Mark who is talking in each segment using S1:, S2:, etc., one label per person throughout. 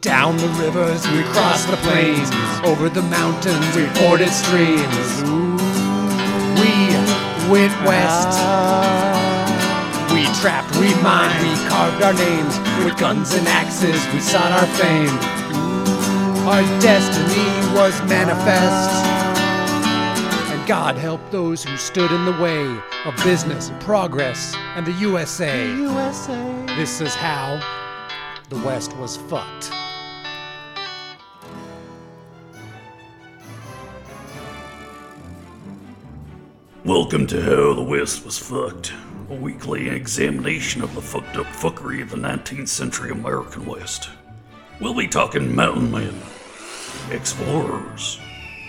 S1: Down the rivers, we crossed the plains. Over the mountains, we forded streams. We went west. We trapped, we mined, we carved our names. With guns and axes, we sought our fame. Our destiny was manifest. And God help those who stood in the way of business and progress and the USA.
S2: USA.
S1: This is how the West was fucked.
S3: Welcome to How the West Was Fucked, a weekly examination of the fucked up fuckery of the 19th century American West. We'll be talking mountain men, explorers,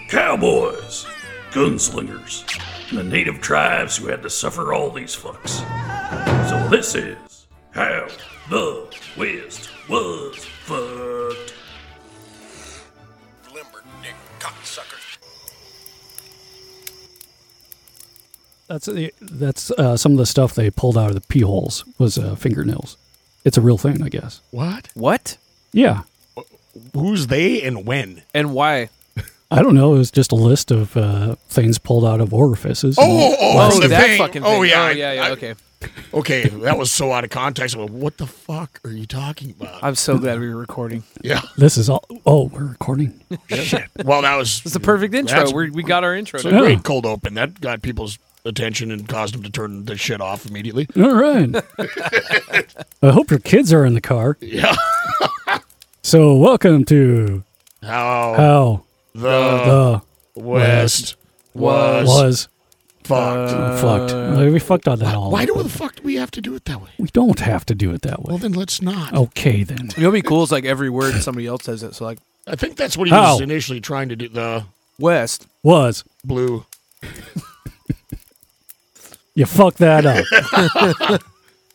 S3: cowboys, gunslingers, and the native tribes who had to suffer all these fucks. So this is How the West Was Fucked.
S4: Limberdick cocksuckers.
S5: That's the that's uh, some of the stuff they pulled out of the pee holes was uh, fingernails. It's a real thing, I guess.
S2: What?
S6: What
S5: Yeah,
S2: Who's they and when?
S6: and why?
S5: I don't know. It was just a list of uh, things pulled out of orifices. and all-
S2: Oh, oh, oh, the
S6: that
S2: thing.
S6: fucking thing.
S2: Oh, yeah.
S6: Oh,
S2: I-
S6: yeah, yeah.
S2: I-
S6: okay.
S2: Okay, that was so out of context. Well, what the fuck are you talking about?
S6: I'm so glad we were recording.
S2: yeah.
S5: This is all. Oh, we're recording.
S2: Shit. Well, that was
S6: It's the perfect intro.
S2: That's-
S6: We're, we got our intro.
S2: it's a
S5: Yeah.
S2: great cold open. That got people's attention and caused them to turn the shit off immediately.
S5: all right. I hope your kids are in the car.
S2: Yeah.
S5: So welcome to
S2: How
S5: how
S2: the
S5: the
S2: West was,
S5: was
S2: fucked.
S5: fucked. Well, we fucked on that all.
S2: Uh, Why do the fuck do we have to do it that way?
S5: we don't have to do it that
S2: Well,
S5: way?
S2: then let's not.
S6: Oh.
S5: Okay then.
S6: You know, what'd be cool is like every word somebody else says it. So like
S2: I think that's what he
S5: How?
S2: was initially trying to do. The
S6: West.
S5: Was
S2: blue.
S5: you fucked that up?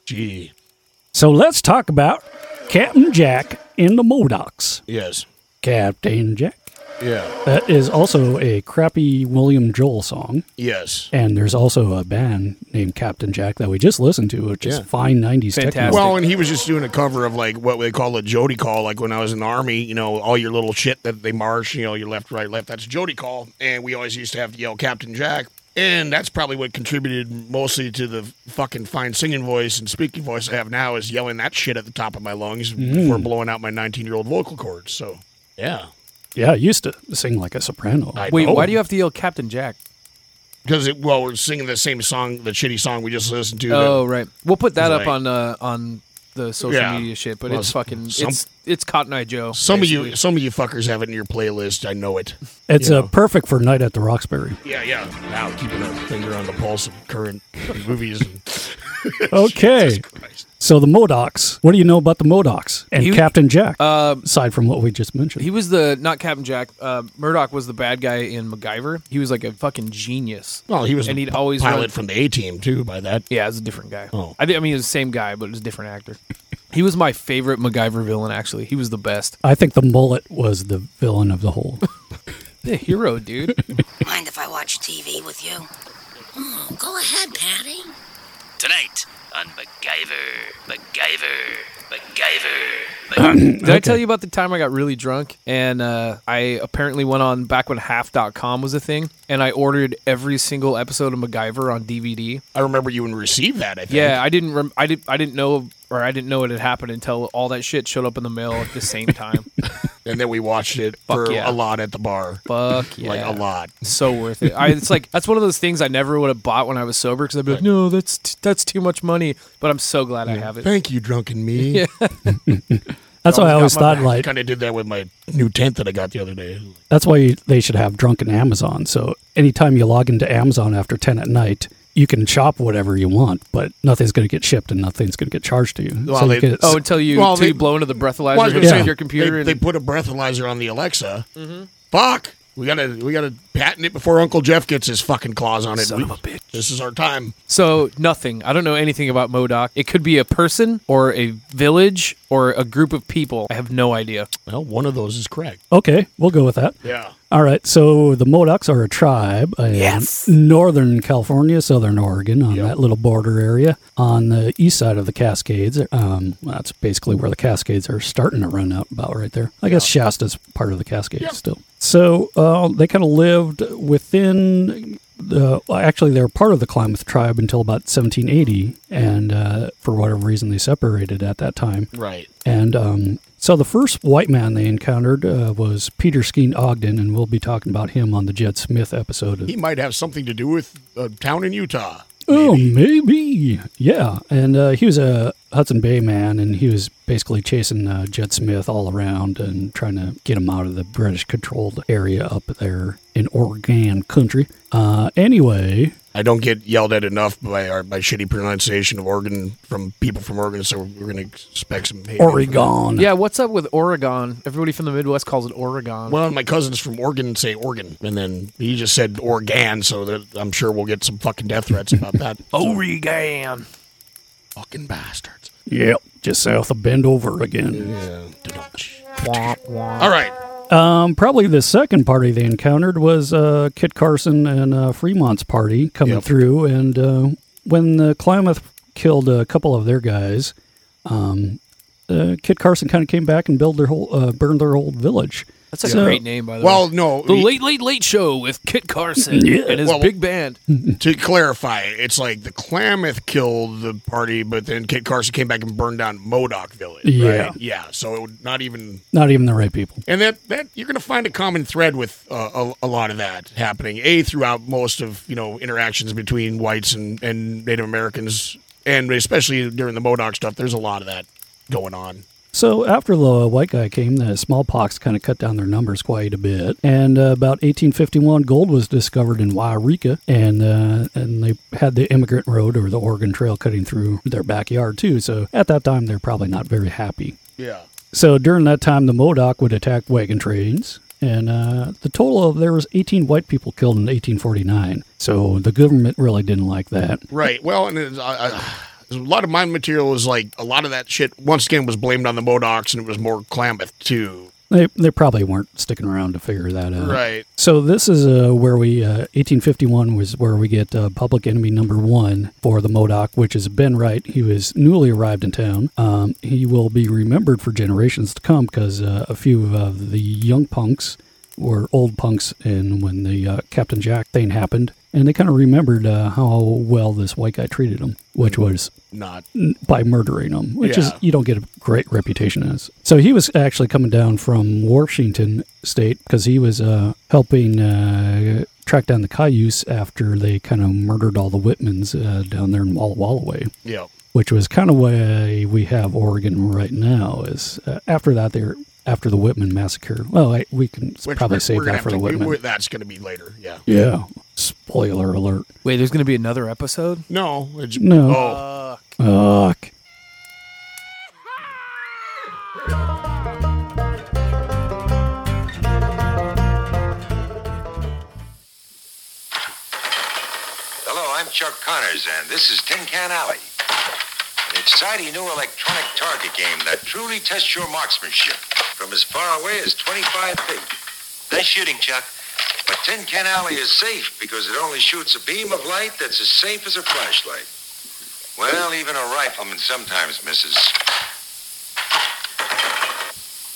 S2: Gee.
S5: so let's talk about Captain Jack and the Modocs.
S2: Yes.
S5: Captain Jack.
S2: Yeah.
S5: That is also a crappy William Joel song.
S2: Yes.
S5: And there's also a band named Captain Jack that we just listened to, which
S2: Yeah.
S5: is fine 90s techno.
S6: Fantastic.
S2: Well, and he was just doing a cover of like what they call a Jody call. Like when I was in the army, you know, all your little shit that they march, you know, your left, right, left. That's Jody call, and we always used to have to yell Captain Jack, and that's probably what contributed mostly to the fucking fine singing voice and speaking voice I have now is yelling that shit at the top of my lungs before
S6: Mm.
S2: blowing out my 19 year old vocal cords. So yeah,
S5: Yeah, I used to sing like a soprano.
S2: I
S6: Wait,
S2: know.
S6: why do you have to yell Captain Jack?
S2: Because it, well, we're singing the same song, the shitty song we just listened to.
S6: Oh right, we'll put that
S2: It's
S6: up
S2: like-
S6: on uh, on the social
S2: Yeah.
S6: media shit. But
S2: Well,
S6: it's
S2: some-
S6: fucking it's it's Cotton Eye Joe.
S2: Some of
S6: basically.
S2: you, some of you fuckers have it in your playlist. I know it.
S5: it's
S2: you
S5: uh,
S2: know.
S5: perfect for Night at the Roxbury.
S2: Yeah, yeah. Now keeping a finger on the pulse of current movies. And
S5: Okay.
S2: Jesus Christ.
S5: so the Modocs. What do you know about the Modocs and
S6: He-
S5: Captain Jack?
S6: Um,
S5: aside from what we just mentioned.
S6: He was the not Captain Jack. Uh, Murdoch was the bad guy in MacGyver. He was like a fucking genius.
S2: Well, he was
S6: and
S2: a
S6: he'd always
S2: pilot
S6: run-
S2: from the A team too. By that,
S6: Yeah, it was a different guy.
S2: Oh.
S6: I, thi- I mean, it was the same guy, but it was a different actor. He was my favorite MacGyver villain. Actually, he was the best.
S5: I think the mullet was the villain of the whole.
S6: The hero, dude.
S7: Mind if I watch TV with you? Oh, go ahead, Patty.
S8: Tonight on MacGyver, MacGyver, MacGyver. MacGyver.
S6: Did I tell you about the time I got really drunk and uh, I apparently went on back when half.com was a thing and I ordered every single episode of MacGyver on DVD?
S2: I remember you and receive that. I think.
S6: Yeah, I didn't. Rem- I did. I didn't know, or I didn't know it had happened until all that shit showed up in the mail at the same time.
S2: And then we watched it
S6: Fuck
S2: for
S6: yeah.
S2: a lot at the bar.
S6: Fuck yeah,
S2: Like a lot.
S6: So worth it. I, it's like that's one of those things I never would have bought when I was sober because I'd be like, no, that's t- that's too much money. But I'm so glad I have it.
S2: Thank you, drunken me.
S5: That's why I always
S6: Almost got my
S5: thought like
S2: kind of did that with my new tent that I got the other day.
S5: That's why you, they should have drunken Amazon. So anytime you log into Amazon after 10 at night, you can shop whatever you want, but nothing's going to get shipped and nothing's going to get charged to you.
S2: Well,
S5: so
S2: they-
S5: you get,
S6: Oh, until you
S2: Well,
S6: until you
S2: they-
S6: blow into the breathalyzer
S2: Well, I was gonna
S6: inside
S5: say,
S6: your
S2: They,
S6: computer.
S2: they
S6: and, Mm-hmm.
S2: put a breathalyzer on the Alexa. Fuck. We gotta. We gotta patent it before Uncle Jeff gets his fucking claws on it.
S6: Son
S2: We-
S6: of a bitch.
S2: This is our time.
S6: So nothing. I don't know anything about Modoc. It could be a person or a village or a group of people. I have no idea.
S2: Well, one of those is correct.
S5: Okay, we'll go with that.
S2: Yeah.
S5: All right, so the Modocs are a tribe in northern California, southern Oregon, on that little border area on the east side of the Cascades. Um, that's basically where the Cascades are starting to run out, about right there. I guess Shasta's part of the Cascades still. So uh, they kind of lived within the, well, actually, they were part of the Klamath tribe until about 1780, and uh, for whatever reason, they separated at that time.
S2: Right.
S5: And um, so the first white man they encountered uh, was Peter Skeen Ogden, and we'll be talking about him on the Jed Smith episode. Of,
S2: He might have something to do with a town in Utah.
S5: oh, maybe. Yeah. And uh, he was a Hudson Bay man, and he was basically chasing uh, Jed Smith all around and trying to get him out of the British controlled area up there in Oregon country. Uh, anyway,
S2: I don't get yelled at enough by our by shitty pronunciation of Oregon from people from Oregon, so we're going to expect some hate.
S5: Oregon.
S6: Yeah, what's up with Oregon? Everybody from the Midwest calls it Oregon.
S2: Well, my cousins from Oregon say Oregon, and then he just said Oregon, so that I'm sure we'll get some fucking death threats about that.
S5: Oh.
S6: Oregon.
S2: fucking bastards.
S5: Yep. Just south of Bend Over again.
S2: All right.
S5: Um, probably the second party they encountered was uh, Kit Carson and uh, Fremont's party coming
S2: Yep.
S5: through, and uh, when the Klamath killed a couple of their guys, um, uh, Kit Carson kind of came back and built their whole, uh, burned their whole village.
S6: That's a
S5: So-
S6: great name, by the
S2: Well,
S6: way.
S2: no.
S6: the Late Late Late Show with Kit Carson and his
S2: Well-
S6: big band.
S2: To clarify, it's like the Klamath killed the party, but then Kit Carson came back and burned down Modoc Village.
S5: Yeah.
S2: Right? Yeah. So it would not even.
S5: Not even the right people.
S2: And that, that you're going to find a common thread with uh, a, a lot of that happening. A throughout most of you know interactions between whites and, and Native Americans, and especially during the Modoc stuff, there's a lot of that going on.
S5: So after the uh, white guy came, the smallpox kind of cut down their numbers quite a bit. And uh, about 1851, gold was discovered in Wairika, and uh, and they had the immigrant road or the Oregon Trail cutting through their backyard too. So at that time, they're probably not very happy.
S2: Yeah.
S5: So during that time, the Modoc would attack wagon trains, and uh, the total of there was 18 white people killed in 1849. So the government really didn't like that.
S2: Right. Well, and it's, I, I, a lot of my material was like a lot of that shit. Once again, was blamed on the Modocs, and it was more Klamath too.
S5: They, they probably weren't sticking around to figure that out.
S2: Right.
S5: So this is uh, where we uh, 1851 was where we get uh, public enemy number one for the Modoc, which is Ben Wright. He was newly arrived in town. Um, he will be remembered for generations to come because uh, a few of the young punks were old punks, and when the uh, Captain Jack thing happened, and they kind of remembered uh, how well this white guy treated them, which was
S2: Not
S5: by murdering him, which is
S2: Yeah.
S5: you don't get a great reputation as. So he was actually coming down from Washington State because he was uh, helping uh, track down the Cayuse after they kind of murdered all the Whitmans uh, down there in Walla Walla way,
S2: yeah.
S5: which was kind of way we have Oregon right now. Is uh, after that they're after the Whitman massacre. Well, I, we can
S2: Which
S5: probably
S2: we're-
S5: save
S2: we're gonna
S5: that
S2: have
S5: for the
S2: to- we-
S5: Whitman.
S2: we- that's going to be later. Yeah.
S5: yeah. Spoiler alert.
S6: Wait, there's gonna be another episode.
S2: No. It's,
S5: No.
S2: Oh,
S5: Fuck.
S4: Hello, I'm Chuck Connors, and this is Tin Can Alley. An exciting new electronic target game that truly tests your marksmanship from as far away as 25 feet. Nice shooting, Chuck. But Tin Can Alley is safe because it only shoots a beam of light that's as safe as a flashlight. Well, even a rifleman sometimes misses.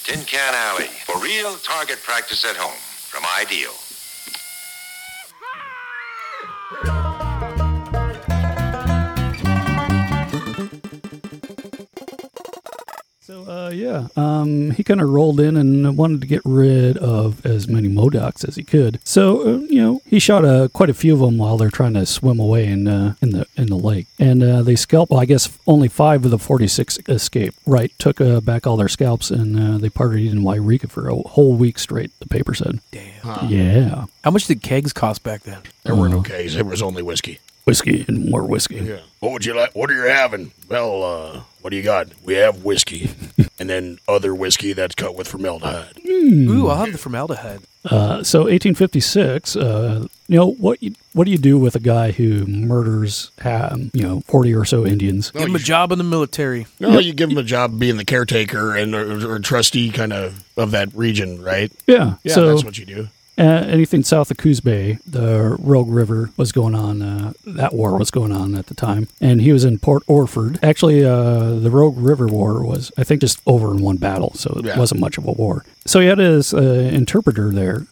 S4: Tin Can Alley, for real target practice at home from Ideal.
S5: So uh, yeah, um, he kind of rolled in and wanted to get rid of as many Modocs as he could. So uh, you know, he shot uh, quite a few of them while they're trying to swim away in uh, in the in the lake. And uh, they scalped. Well, I guess only five of the forty six escaped. Right, took uh, back all their scalps and uh, they partied in Wairika for a whole week straight. The paper said. Damn. Yeah,
S6: How much did kegs cost back then?
S2: there weren't okay. There was only whiskey.
S5: whiskey and more whiskey.
S2: Yeah. What would you like? What are you having? Well, uh, what do you got? We have whiskey, and then other whiskey that's cut with formaldehyde.
S6: Ooh, I'll have the formaldehyde.
S3: Uh, so 1856. Uh, you know what? You, what do you do with a guy who murders, um, you know, 40 or so Indians?
S6: Give him a job in the military.
S2: No, you give him a job being the caretaker and or, or trustee kind of of that region, right?
S3: Yeah.
S2: Yeah,
S3: so
S2: that's what you do.
S3: uh, anything south of Coos Bay, the Rogue River was going on. Uh, that war was going on at the time, and he was in Port Orford. Actually, uh, the Rogue River War was, I think, just over in one battle, so it
S2: Yeah.
S3: wasn't much of a war. So he had his uh, interpreter there.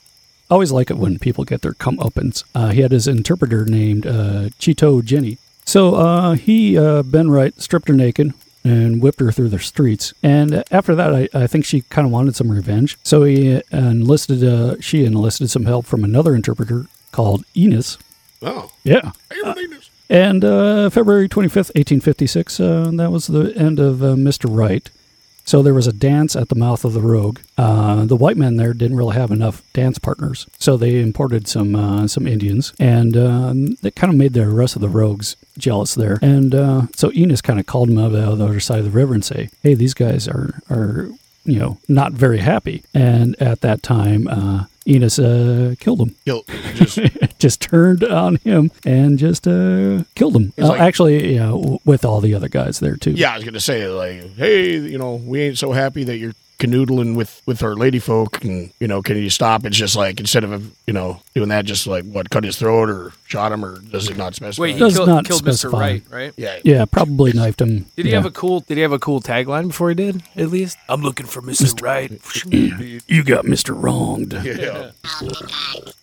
S3: I always like it when people get their comeuppance. Uh, he had his interpreter named uh, Chito Jenny. So uh, he, uh, Ben Wright, stripped her naked and whipped her through the streets. And after that, I, I think she kind of wanted some revenge. So he enlisted, uh, she enlisted some help from another interpreter called Enos.
S2: Oh,
S3: Yeah.
S2: everybody knows.
S3: And uh, February 25th, 1856, uh, that was the end of uh, Mr. Wright. So there was a dance at the mouth of the Rogue. Uh, the white men there didn't really have enough dance partners, so they imported some uh, some Indians, and um, that kind of made the rest of the Rogues jealous there. And uh, so Enos kind of called them up the other side of the river and say, "Hey, these guys are are you know not very happy." And at that time, uh, Enos uh, killed them
S2: Yo, just
S3: just turned on him and just uh, killed him. Uh,
S2: like-
S3: actually, yeah, w- with all the other guys there too.
S2: yeah, I was gonna say like, hey, you know, we ain't so happy that you're canoodling with with our lady folk, and you know, can you stop? It's just like instead of you know doing that, just like what cut his throat or shot him or does it not specify?
S6: Wait, he
S3: Does
S6: killed,
S3: not
S6: killed Mr.
S3: specify.
S6: Wright, right?
S2: yeah,
S3: yeah, probably knifed him.
S6: Did he
S3: yeah.
S6: have a cool? Did he have a cool tagline before he did? At least I'm looking for Mr. Wright.
S3: You got Mister Wronged.
S2: yeah.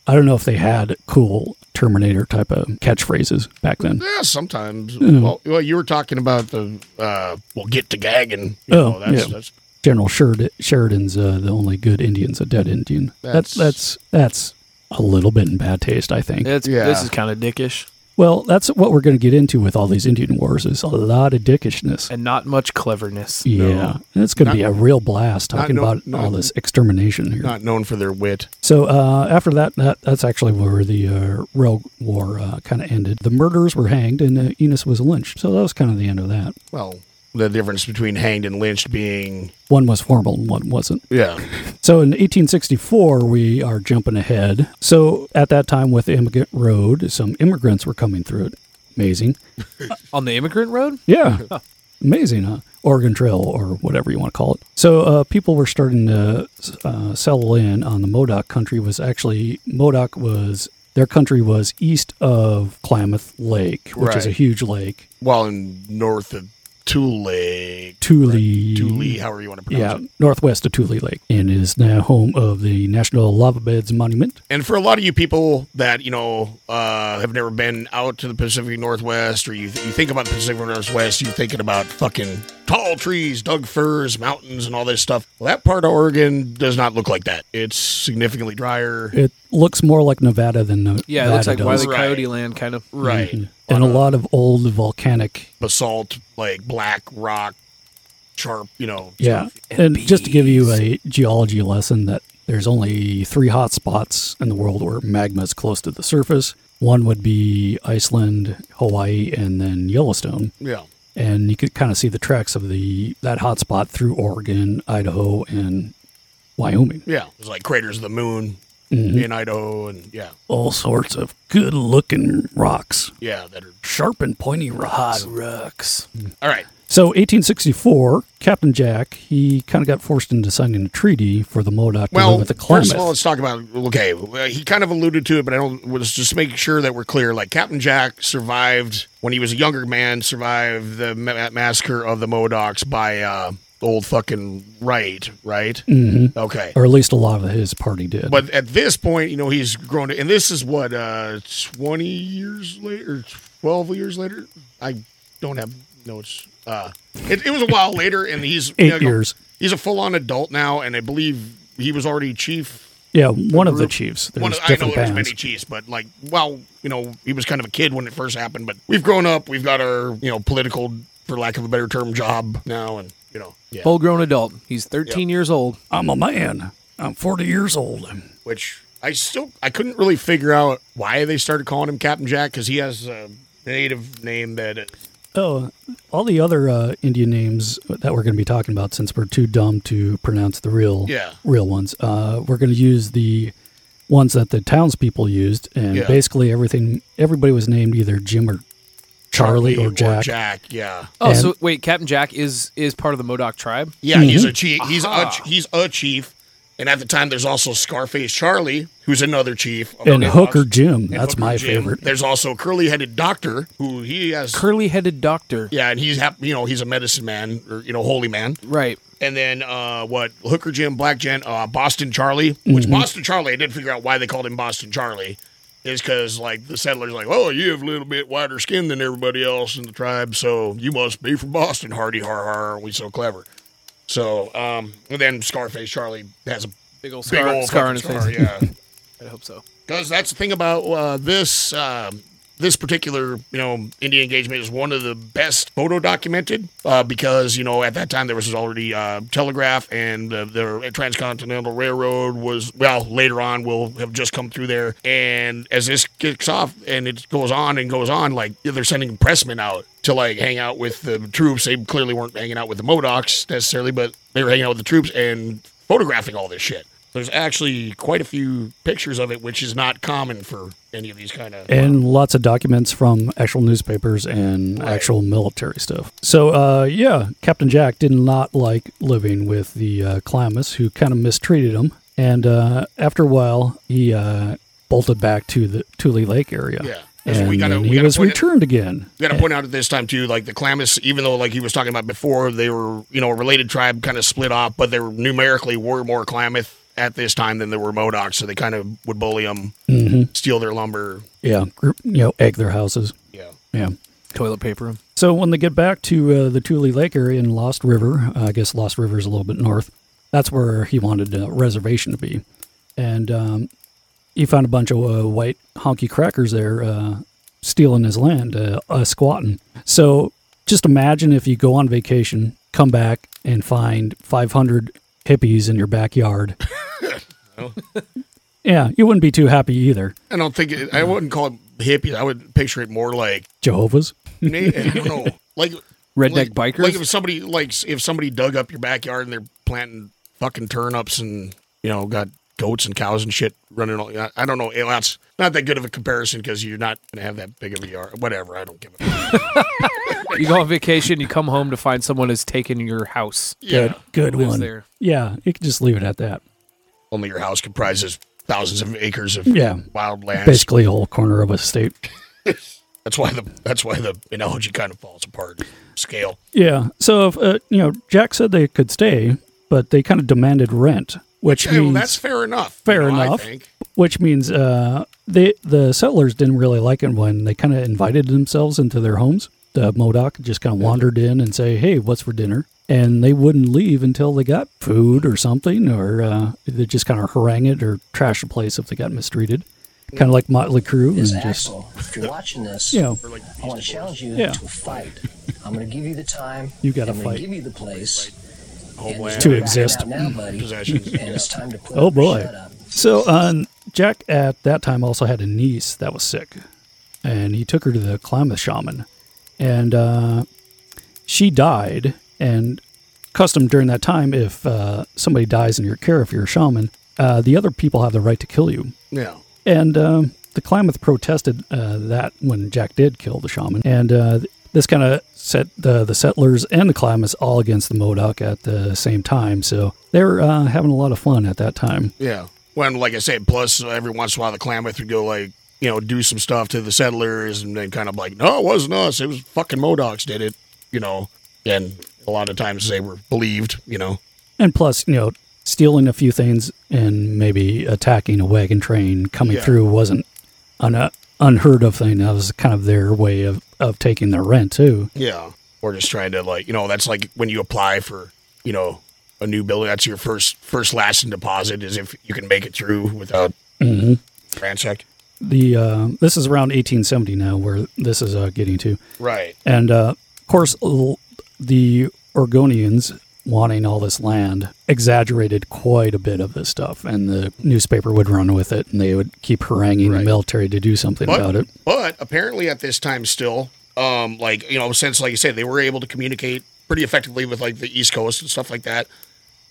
S3: I don't know if they had cool Terminator type of catchphrases back then.
S2: Yeah, sometimes. Well, well, you were talking about the uh, well, get to gagging. You
S3: Oh,
S2: know, that's,
S3: yeah.
S2: that's
S3: General Sherod- Sheridan's uh, the only good Indian's a dead Indian. That's
S2: That's-
S3: that's that's a little bit in bad taste, I think.
S6: That's
S2: Yeah.
S6: this is kind of dickish
S3: Well, that's what we're going to get into with all these Indian wars is a lot of dickishness.
S6: and not much cleverness.
S3: Yeah, and it's going to be a real blast talking
S2: no-
S3: about
S2: not-
S3: all this extermination here.
S2: not known for their wit.
S3: So uh, after that, that, that's actually where the uh, rail war uh, kind of ended. The murderers were hanged, and uh, Enos was lynched. So that was kind of the end of that.
S2: Well, the difference between hanged and lynched being
S3: One was formal, and one wasn't.
S2: yeah,
S3: So in 1864, we are jumping ahead. So at that time, with the immigrant road, some immigrants were coming through it. Amazing,
S6: On the immigrant road,
S3: yeah, amazing, huh? Oregon Trail or whatever you want to call it. So uh, people were starting to uh, settle in on the Modoc country. Was actually Modoc was their country was east of Klamath Lake, which is a
S2: Right.
S3: huge lake.
S2: well, in north of Tule,
S3: Tule.
S2: Tule, however you want to pronounce
S3: Yeah,
S2: it.
S3: uh, northwest of Tule Lake, and is now home of the National Lava Beds Monument.
S2: And for a lot of you people that you know uh, have never been out to the Pacific Northwest, or you you think about the Pacific Northwest, you're thinking about fucking tall trees, dug firs, mountains, and all this stuff. Well, that part of Oregon does not look like that. It's significantly drier.
S3: It looks more like Nevada than Nevada
S6: yeah, it looks like
S3: does.
S6: Wiley
S2: Right.
S6: Coyote land, kind of.
S2: Right.
S3: and a lot of old volcanic.
S2: basalt, like black rock, sharp, you know.
S3: Yeah, and just to give you a geology lesson, that there's only three hot spots in the world where magma is close to the surface. One would be Iceland, Hawaii, and then Yellowstone.
S2: Yeah.
S3: and you could kind of see the tracks of the that hotspot through Oregon, Idaho, and Wyoming.
S2: Yeah. Mm-hmm. It's like craters of the moon in Idaho and yeah.
S3: All sorts of good-looking rocks,
S2: Yeah. That are
S3: sharp and pointy rocks.
S6: Rucks.
S2: all right.
S3: So, 1864, Captain Jack he kind of got forced into signing a treaty for the Modoc to live
S2: Well,
S3: with the
S2: first
S3: Klamath.
S2: of all, let's talk about okay. well, He kind of alluded to it, but I don't. Was just making sure that we're clear. Like Captain Jack survived when he was a younger man. Survived the ma- massacre of the Modocs by uh, old fucking Wright. Right. Mm-hmm. Okay.
S3: or at least a lot of his party did.
S2: But at this point, you know, he's grown to, and this is what, uh, 20 years later, 12 years later? I don't have notes. Uh, it, it was a while later, and he's
S3: Eight
S2: you know,
S3: years.
S2: He's a full on adult now, and I believe he was already chief.
S3: yeah, one of the chiefs. There's
S2: One of- I know
S3: different
S2: there's
S3: bands.
S2: many chiefs, but like, well, you know, he was kind of a kid when it first happened, but we've grown up. We've got our, you know, political, for lack of a better term, job now, and, you know, yeah.
S6: Full grown adult. He's 13 years old.
S3: I'm a man. I'm 40 years old.
S2: which I still I couldn't really figure out why they started calling him Captain Jack because he has a native name that
S3: Oh, all the other uh, Indian names that we're going to be talking about, since we're too dumb to pronounce the real
S2: Yeah.
S3: real ones, uh, we're going to use the
S5: ones that the townspeople used, and
S2: Yeah.
S5: basically everything everybody was named either Jim or Charlie, or Jack.
S2: yeah,
S6: Oh,
S5: And-
S6: so wait, Captain Jack is is part of the Modoc tribe.
S2: yeah.
S5: Hmm.
S2: He's a chief. He's a
S6: Aha.
S2: ch- he's a chief. And at the time, there's also Scarface Charlie, who's another chief. of
S5: And
S2: the
S5: Hooker
S2: Mohawks.
S5: Jim,
S2: And
S5: that's
S2: Hooker
S5: my
S2: Jim.
S5: favorite.
S2: There's also curly-headed Doctor, who he has.
S6: Curly-headed doctor.
S2: yeah, and he's hap- you know he's a medicine man or you know holy man.
S6: Right.
S2: And then uh, what Hooker Jim, Black Jen, uh, Boston Charlie, which Boston Charlie, I did figure out why they called him Boston Charlie, is because like the settlers like, oh, you have a little bit whiter skin than everybody else in the tribe, so you must be from Boston, Hardy har har. We so clever. So um, and then Scarface Charlie has a
S6: Big old
S2: big
S6: scar,
S2: old
S6: scar on his
S2: fucking
S6: face.
S2: scar, yeah.
S6: I hope so.
S2: Because that's the thing about uh, this um, this particular you know Indian engagement is one of the best photo documented uh, because you know at that time there was already uh, telegraph and uh, the transcontinental railroad was well later on will have just come through there and as this kicks off and it goes on and goes on like they're sending pressmen out to like hang out with the troops they clearly weren't hanging out with the Modocs necessarily but they were hanging out with the troops and photographing all this shit. There's actually quite a few pictures of it, which is not common for any of these kind of.
S5: and lots of documents from actual newspapers and actual military stuff. So, uh, yeah, Captain Jack did not like living with the uh, Clamas, who kind of mistreated him. And uh, after a while, he uh, bolted back to the Tule Lake area.
S2: Yeah. That's what
S5: and
S2: we gotta-
S5: then
S2: we
S5: he
S2: gotta
S5: was
S2: put it-
S5: returned again.
S2: You got to point out at this time too, like the Klamath, even though like he was talking about before, they were you know a related tribe, kind of split off, but they were numerically were more Klamath at this time than there were Modocs, so they kind of would bully them, steal their lumber.
S5: Yeah, group, you know, egg their houses.
S2: Yeah.
S5: Yeah.
S6: Toilet paper.
S5: So when they get back to uh, the Tule Lake area in Lost River, I guess Lost River is a little bit north. That's where he wanted a reservation to be, and um, he found a bunch of uh, white honky crackers there uh, stealing his land, uh, uh, squatting. So just imagine if you go on vacation, come back, and find 500 hippies in your backyard. yeah, you wouldn't be too happy either.
S2: I don't think it, I wouldn't call it hippies. I would picture it more like
S5: Jehovah's.
S2: na- I don't know, like
S6: Redneck
S2: like,
S6: bikers?
S2: Like if somebody like if somebody dug up your backyard and they're planting fucking turnips and you know got goats and cows and shit running. All, I, I don't know. That's not that good of a comparison because you're not gonna have that big of a yard. Whatever. I don't give a.
S6: You go on vacation, you come home to find someone has taken your house.
S2: yeah.
S5: Good, good
S6: Lives
S5: one.
S6: there.
S5: Yeah, you could just leave it at that.
S2: Only your house comprises thousands of acres of
S5: Yeah.
S2: wild lands.
S5: basically a whole corner of a state.
S2: That's why the that's why the analogy kind of falls apart. Scale.
S5: Yeah. So if uh, you know, Jack said they could stay, but they kind of demanded rent, which
S2: Yeah, well,
S5: means
S2: that's fair enough.
S5: fair
S2: you know,
S5: enough.
S2: I think.
S5: which means uh, they the settlers didn't really like it when they kind of invited themselves into their homes. The Modoc just kind of wandered in and say, "Hey, what's for dinner?" And they wouldn't leave until they got food or something, or uh, they just kind of harangue it or trash the place if they got mistreated. Kind of like Motley Crue, and
S9: is
S5: just
S9: Axel. If you're watching this,
S5: you know,
S9: I want to challenge you
S5: Yeah.
S9: to a fight. I'm going to give you the time.
S5: You gotta
S9: I'm gonna
S5: fight.
S9: give you the place.
S2: Homeland
S5: To
S9: You're
S5: exist.
S9: backing out now, buddy.
S2: possessions.
S9: And it's time to put
S5: Oh
S9: up or
S5: boy.
S9: shut up.
S5: So um, Jack at that time also had a niece that was sick, and he took her to the Klamath shaman, and uh, she died. And custom during that time, if uh, somebody dies in your care, if you're a shaman, uh, the other people have the right to kill you.
S2: Yeah.
S5: And um, the Klamath protested uh, that when Jack did kill the shaman. And uh, th- this kind of set the, the settlers and the Klamaths all against the Modoc at the same time. So they were uh, having a lot of fun at that time.
S2: Yeah. When, like I said, plus uh, every once in a while the Klamath would go like, you know, do some stuff to the settlers and then kind of like, no, it wasn't us. It was fucking Modocs did it, you know. And a lot of times they were believed, you know.
S5: And plus, you know, stealing a few things and maybe attacking a wagon train coming
S2: Yeah.
S5: through wasn't an uh, unheard of thing. That was kind of their way of, of taking their rent, too.
S2: Yeah. Or just trying to like, you know, that's like when you apply for, you know, a new building. That's your first, first lasting deposit is if you can make it through without ransacked.
S5: The uh, This is around 1870 now, where this is uh, getting to.
S2: Right.
S5: And uh, of course, l- the Oregonians wanting all this land exaggerated quite a bit of this stuff, and the newspaper would run with it, and they would keep haranguing the
S2: Right.
S5: military to do something about it.
S2: But apparently at this time still, um, like you know, since like you said, they were able to communicate pretty effectively with like the East Coast and stuff like that.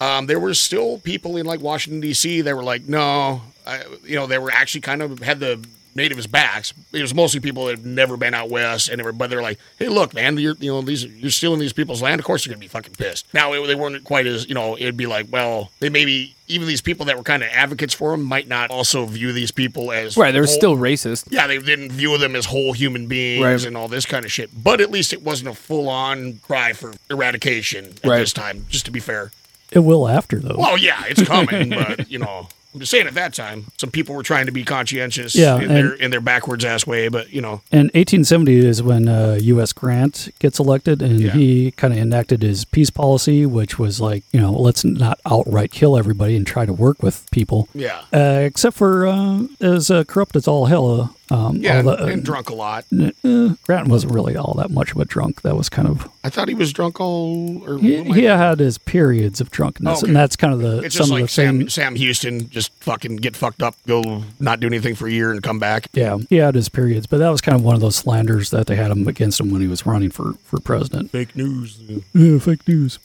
S2: um, there were still people in like Washington D.C. that were like, no, I, you know, they were actually kind of had the natives' backs. It was mostly people that have never been out west, and they were, but they're like, hey, look, man, you're you know these you're stealing these people's land. Of course, they're gonna be fucking pissed. Now it, they weren't quite as you know, it'd be like, well, they maybe even these people that were kind of advocates for them might not also view these people as
S6: Right, they're
S2: whole-
S6: still racist.
S2: yeah, they didn't view them as whole human beings
S6: Right.
S2: and all this kind of shit. But at least it wasn't a full on cry for eradication at
S6: Right.
S2: this time, just to be fair.
S5: It will after though.
S2: Well, yeah, it's coming, but you know, I'm just saying at that time, some people were trying to be conscientious
S5: Yeah,
S2: in, their,
S5: and-
S2: in their backwards ass way, but you know,
S5: And 1870 is when uh, U.S. Grant gets elected, and
S2: Yeah.
S5: he kind of enacted his peace policy, which was like, you know, let's not outright kill everybody and try to work with people.
S2: yeah.
S5: Uh, except for uh, as uh, corrupt as all hell. Uh, um,
S2: Yeah,
S5: all the,
S2: and drunk a lot.
S5: uh, Grant wasn't really all that much of a drunk. That was kind of
S2: I thought he was drunk all. Or
S5: he,
S2: what am I-
S5: he had his periods of drunkenness,
S2: Okay.
S5: and that's kind of the
S2: it's
S5: some
S2: just
S5: of the
S2: like Sam,
S5: things.
S2: Sam Houston, just fucking get fucked up, go not do anything for a year and come back.
S5: Yeah, he had his periods, but that was kind of one of those slanders that they had him against him when he was running for for president.
S2: Fake news.
S5: Yeah, fake news.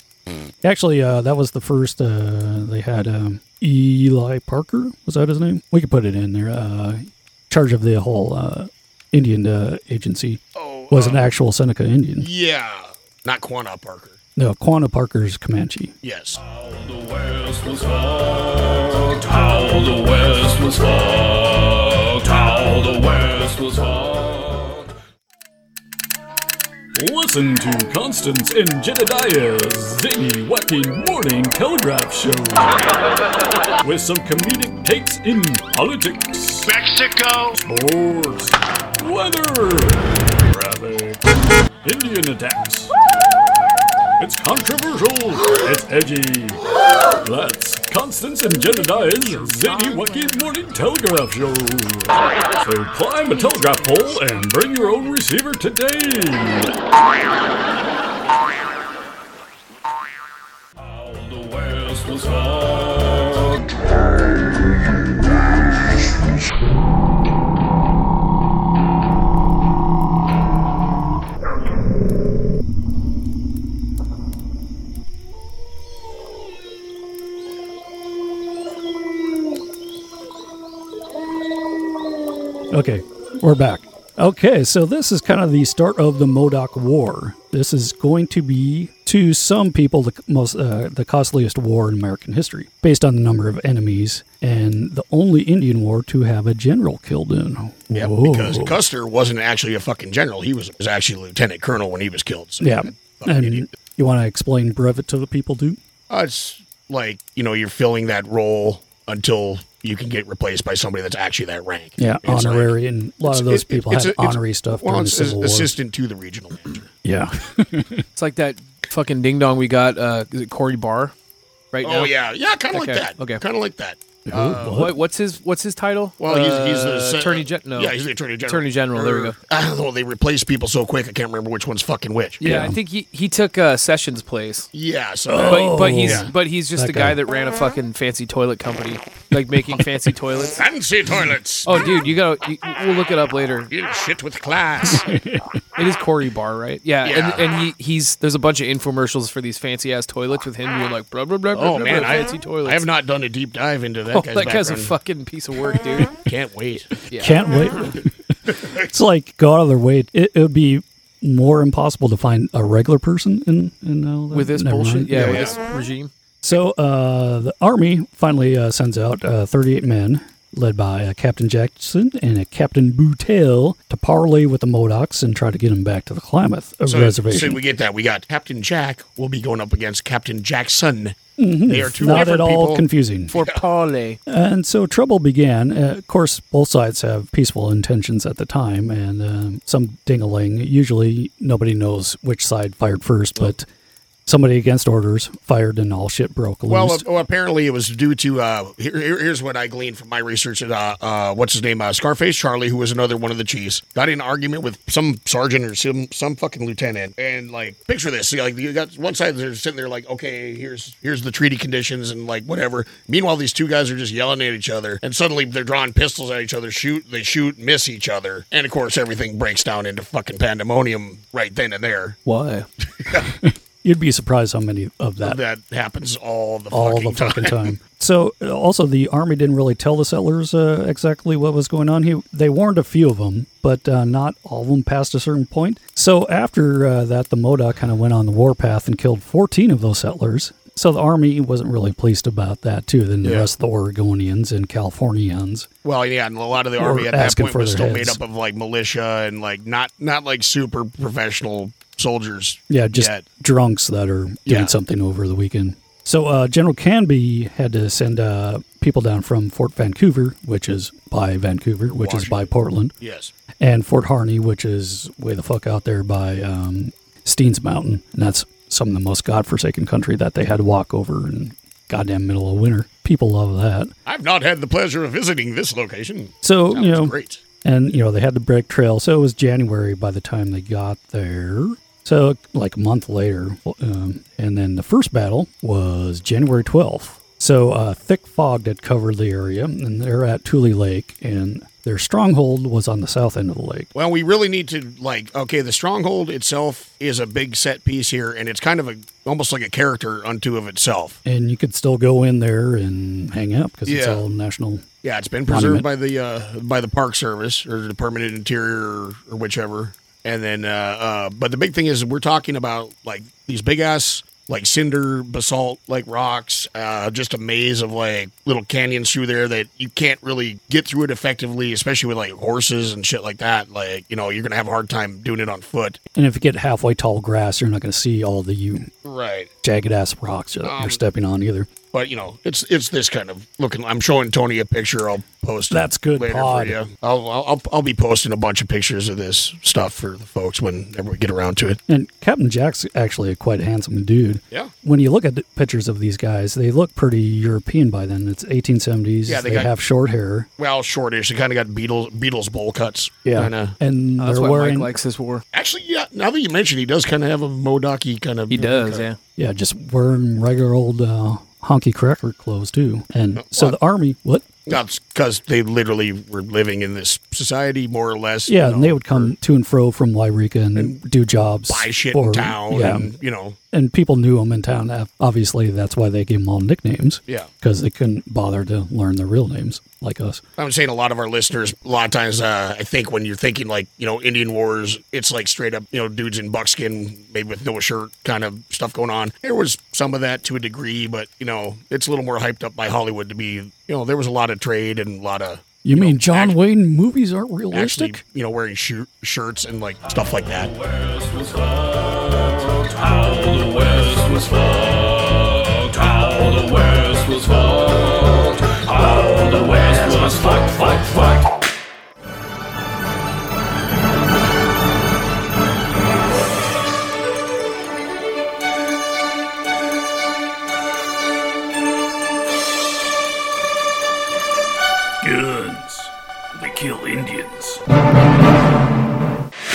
S5: Actually, uh, that was the first uh, they had um, Eli Parker. Was that his name? We could put it in there. Uh, charge of the whole uh, Indian uh, agency
S2: Oh,
S5: was
S2: um,
S5: an actual Seneca Indian.
S2: Yeah, not Quanah Parker.
S5: No, Quanah Parker's Comanche.
S2: Yes.
S3: The West was fucked. How the West was fucked. How the West was fucked. Listen to Constance and Jedediah's zany, wacky morning telegraph show with some comedic takes in politics,
S4: Mexico.
S3: sports, weather, traffic, Indian attacks. It's controversial. It's edgy. That's Constance and Jedediah's Zany Wacky Morning Telegraph Show. So climb a telegraph pole and bring your own receiver today. How the West was fucked.
S5: Okay, we're back. Okay, so this is kind of the start of the Modoc War. This is going to be, to some people, the most uh, the costliest war in American history, based on the number of enemies and the only Indian war to have a general killed in.
S2: Yeah,
S5: Whoa.
S2: because Custer wasn't actually a fucking general. He was, was actually lieutenant colonel when he was killed. So
S5: yeah,
S2: fucking
S5: and
S2: idiot.
S5: you want to explain brevet to the people too?
S2: Uh, it's like you know you're filling that role until you can get replaced by somebody that's actually that rank.
S5: Yeah,
S2: It's like-
S5: honorary, and a lot of
S2: it's-
S5: those
S2: it-
S5: people
S2: it's
S5: had
S2: a- it's-
S5: honorary stuff
S2: Well,
S5: during the
S2: it's as-
S5: Civil War.
S2: assistant to the regional manager.
S5: yeah,
S6: It's like that fucking ding dong we got. Uh, is it Corey Barr? Right now.
S2: Oh yeah, yeah, kind of
S6: Okay,
S2: like that.
S6: okay.
S2: kind of like that.
S6: What, what's his What's his title?
S2: Well, he's, he's the
S6: Uh,
S2: se-
S6: attorney general.
S2: Yeah, he's the attorney general. Er.
S6: Attorney General, there we
S2: Or-
S6: go.
S2: I don't know. They replace people so quick. I can't remember which one's fucking which.
S6: Yeah, I think he he took uh, Sessions' place.
S2: Yeah. So
S6: But, but he's
S2: Yeah.
S6: but he's just
S5: That
S6: a guy
S5: guy.
S6: Oh. that ran a fucking fancy toilet company, like making fancy toilets.
S2: fancy toilets.
S6: Oh, dude, you gotta. You, we'll look it up later.
S2: You shit with class.
S6: It is Corey Barr, right? Yeah,
S2: Yeah.
S6: and, and he he's there's a bunch of infomercials for these fancy ass toilets with him being like, blah blah blah. blah,
S2: Oh
S6: blah,
S2: man,
S6: blah,
S2: I,
S6: fancy toilets.
S2: I have not done a deep dive into that
S6: Oh,
S2: guy's
S6: that guy's a
S2: background.
S6: fucking piece of work, dude.
S2: Can't wait.
S5: Can't wait. it's like go out of their way. It, it would be more impossible to find a regular person in in all that.
S6: With this
S5: Never
S6: bullshit,
S5: mind.
S6: yeah, with
S2: Yeah.
S6: this regime.
S5: So uh, the army finally uh, sends out uh, 38 men, led by uh, Captain Jackson and a Captain Boutel, to parley with the Modocs and try to get them back to the Klamath uh, reservation.
S2: So we get that. We got Captain Jack will be going up against Captain Jackson.
S6: Mm-hmm.
S2: They are two
S5: Not at
S2: different
S5: all
S2: people.
S5: confusing.
S6: For parley.
S5: And so trouble began. Uh, of course, both sides have peaceful intentions at the time, and um, some dingling. Usually, nobody knows which side fired first, but somebody against orders fired, and all shit broke loose.
S2: well, uh, well, apparently it was due to. Uh, here, here- here's what I gleaned from my research. That, uh, uh, what's his name? Uh, Scarface Charlie, who was another one of the chiefs, got in an argument with some sergeant or some some fucking lieutenant. And like, picture this: see, like you got one side they're sitting there like, okay, here's here's the treaty conditions and like whatever. Meanwhile, these two guys are just yelling at each other, and suddenly they're drawing pistols at each other. Shoot, they shoot, miss each other, and of course everything breaks down into fucking pandemonium right then and there.
S6: Why?
S5: You'd be surprised how many of that
S2: That happens all the
S5: all
S2: fucking
S5: the fucking
S2: time.
S5: time. So uh, also the army didn't really tell the settlers uh, exactly what was going on. He they warned a few of them, but uh, not all of them past a certain point. So after uh, that, the Modoc kind of went on the warpath and killed 14 of those settlers. So the army wasn't really pleased about that too. Then the
S2: Yeah.
S5: rest of the Oregonians and Californians.
S2: Well, yeah, and a lot of the
S5: Or
S2: army at that
S5: asking
S2: point
S5: for
S2: was
S5: their
S2: still made
S5: heads.
S2: up of like militia and like not not like super professional soldiers.
S5: Yeah, just
S2: yet.
S5: drunks that are doing
S2: Yeah.
S5: something over the weekend. So uh, General Canby had to send uh, people down from Fort Vancouver, which is by Vancouver, which is by Portland,
S2: yes,
S5: and Fort Harney, which is way the fuck out there by um, Steens Mountain. And that's some of the most godforsaken country that they had to walk over in goddamn middle of winter. People love that.
S2: I've not had the pleasure of visiting this location.
S5: So,
S2: Sounds
S5: you know,
S2: great.
S5: and, you know, they had the break trail. So it was January by the time they got there. So, like a month later. Um, and then the first battle was January 12th. So, uh, thick fog had covered the area, and they're at Tule Lake, and their stronghold was on the south end of the lake.
S2: Well, we really need to like okay, the stronghold itself is a big set piece here, and it's kind of a almost like a character unto of itself.
S5: and you could still go in there and hang out because it's
S2: Yeah.
S5: all national.
S2: Yeah, it's been
S5: Monument.
S2: preserved by the uh, by the Park Service or the Department of Interior or, or whichever. And then, uh, uh, but the big thing is we're talking about like these big ass like cinder basalt like rocks, uh, just a maze of like little canyons through there that you can't really get through it effectively, especially with like horses and shit like that. Like you know you're gonna have a hard time doing it on foot.
S5: And if you get halfway tall grass, you're not going to see all the you
S2: Right.
S5: jagged ass rocks that
S2: Um,
S5: you're stepping on either.
S2: But you know, it's it's this kind of looking. I'm showing Tony a picture. I'll post. it
S5: That's good
S2: later
S5: pod.
S2: for you. I'll, I'll I'll- I'll be posting a bunch of pictures of this stuff for the folks whenever we get around to it.
S5: And Captain Jack's actually quite a handsome dude.
S2: Yeah.
S5: When you look at the pictures of these guys, they look pretty European by then. It's 1870s.
S2: Yeah, they
S5: they
S2: got-
S5: have short hair.
S2: Well, shortish. They kind of got Beatles Beatles bowl cuts. Kinda.
S5: And
S6: Oh, That's
S5: they're
S6: why
S5: wearing,
S6: Mike likes his war.
S2: Actually, yeah. Now that you mention, he does kind of have a Modoc-y kind of.
S6: He does, yeah.
S5: yeah, just wearing regular old uh, honky cracker clothes too. And
S2: Uh,
S5: so the army, what?
S2: That's because they literally were living in this society more or less.
S5: Yeah,
S2: you
S5: and they
S2: know,
S5: would come to and fro from Lyrica and, do jobs.
S2: buy shit
S5: for-
S2: in town,
S5: Yeah,
S2: and you know,
S5: and people knew him in town. Uh, Obviously, that's why they gave him all nicknames.
S2: Yeah.
S5: because they couldn't bother to learn their real names like us.
S2: I'm saying a lot of our listeners, a lot of times, uh, I think when you're thinking like, you know, Indian Wars, it's like straight up, you know, dudes in buckskin, maybe with no shirt kind of stuff going on. There was some of that to a degree, but, you know, it's a little more hyped up by Hollywood to be, you know, there was a lot of trade and a lot of
S5: You, mean
S2: know,
S5: John
S2: act-
S5: Wayne movies aren't
S2: actually,
S5: realistic?
S2: you know, wearing shirt shirts and like stuff like that.
S3: How the West was fucked. How the West was fucked. How the West was fucked, fucked, fucked. Guns. They kill Indians.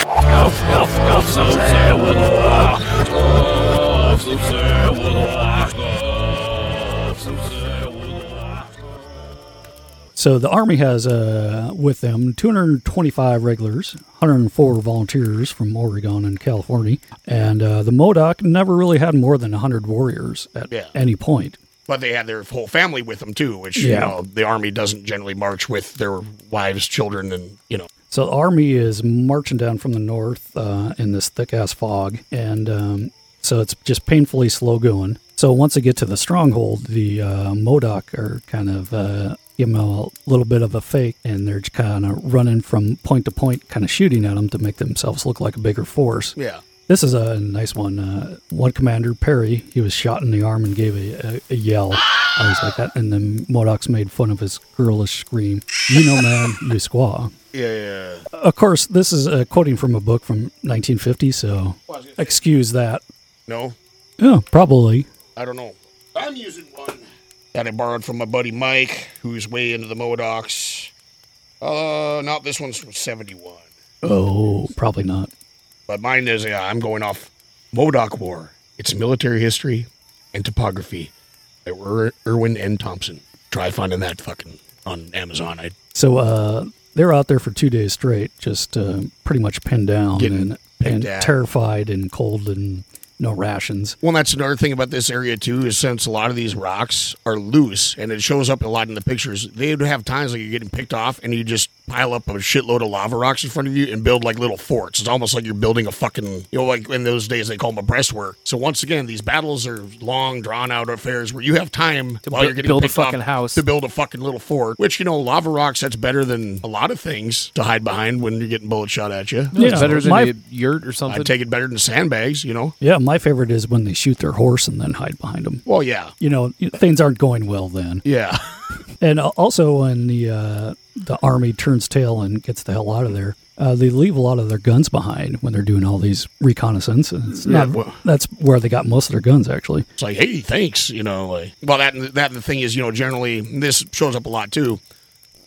S3: Huff, huff, huff, so say what the fuck. Huff, so say what the fuck. Huff, so say what the fuck.
S5: So the army has uh, with them 225 regulars, 104 volunteers from Oregon and California, and uh, the Modoc never really had more than 100 warriors at
S2: Yeah.
S5: any point.
S2: But they had their whole family with them too, which, you
S5: Yeah.
S2: know, the army doesn't generally march with their wives, children, and, you know,
S5: So the army is marching down from the north uh, in this thick ass fog, and um, so it's just painfully slow going. So once they get to the stronghold, the uh, Modoc are kind of uh, give them a little bit of a fake, and they're just kind of running from point to point, kind of shooting at them to make themselves look like a bigger force.
S2: yeah.
S5: This is a nice one. Uh, one commander, Perry, he was shot in the arm and gave a, a, a yell. I was like that, and then Modocs made fun of his girlish scream. You know, man, you squaw
S2: Yeah, yeah, yeah.
S5: of course, this is uh, quoting from a book from 1950, so excuse that.
S2: No,
S5: Yeah, probably.
S2: I don't know. I'm using one that I borrowed from my buddy Mike, who's way into the Modocs. Uh, not this one's from '71,
S5: Oh, probably not.
S2: but mine is. Yeah, I'm going off Modoc War. Its military history and topography by Ir- Irwin N. Thompson. Try finding that fucking on Amazon. I
S5: So uh, they're out there for two days straight, just uh, pretty much pinned down
S2: Getting
S5: and,
S2: pinned
S5: and
S2: down.
S5: terrified and cold and no rations.
S2: Well, that's another thing about this area too is since a lot of these rocks are loose and it shows up a lot in the pictures, they would have times like you're getting picked off and you just pile up a shitload of lava rocks in front of you and build like little forts. It's almost like you're building a fucking you know like in those days they call them a breastwork. So once again, these battles are long drawn out affairs where you have time
S6: To
S2: while
S6: bu-
S2: you're getting
S6: build a
S2: picked off
S6: fucking house.
S2: to build a fucking little fort. Which you know, lava rocks that's better than a lot of things to hide behind when you're getting bullet shot at you.
S6: It's
S5: Yeah,
S6: better than
S5: my-
S6: a yurt or something.
S2: I'd take it better than sandbags, you know.
S5: Yeah, my favorite is when they shoot their horse and then hide behind them.
S2: Well, yeah,
S5: You know, things aren't going well then.
S2: yeah.
S5: And al- also when the uh, the army turns tail and gets the hell out of there, uh, they leave a lot of their guns behind when they're doing all these reconnaissance. And it's
S2: Yeah,
S5: not,
S2: well-
S5: that's where they got most of their guns actually.
S2: It's like, hey, thanks, you know. Like, well, that and- that and the thing is, you know, generally and this shows up a lot too.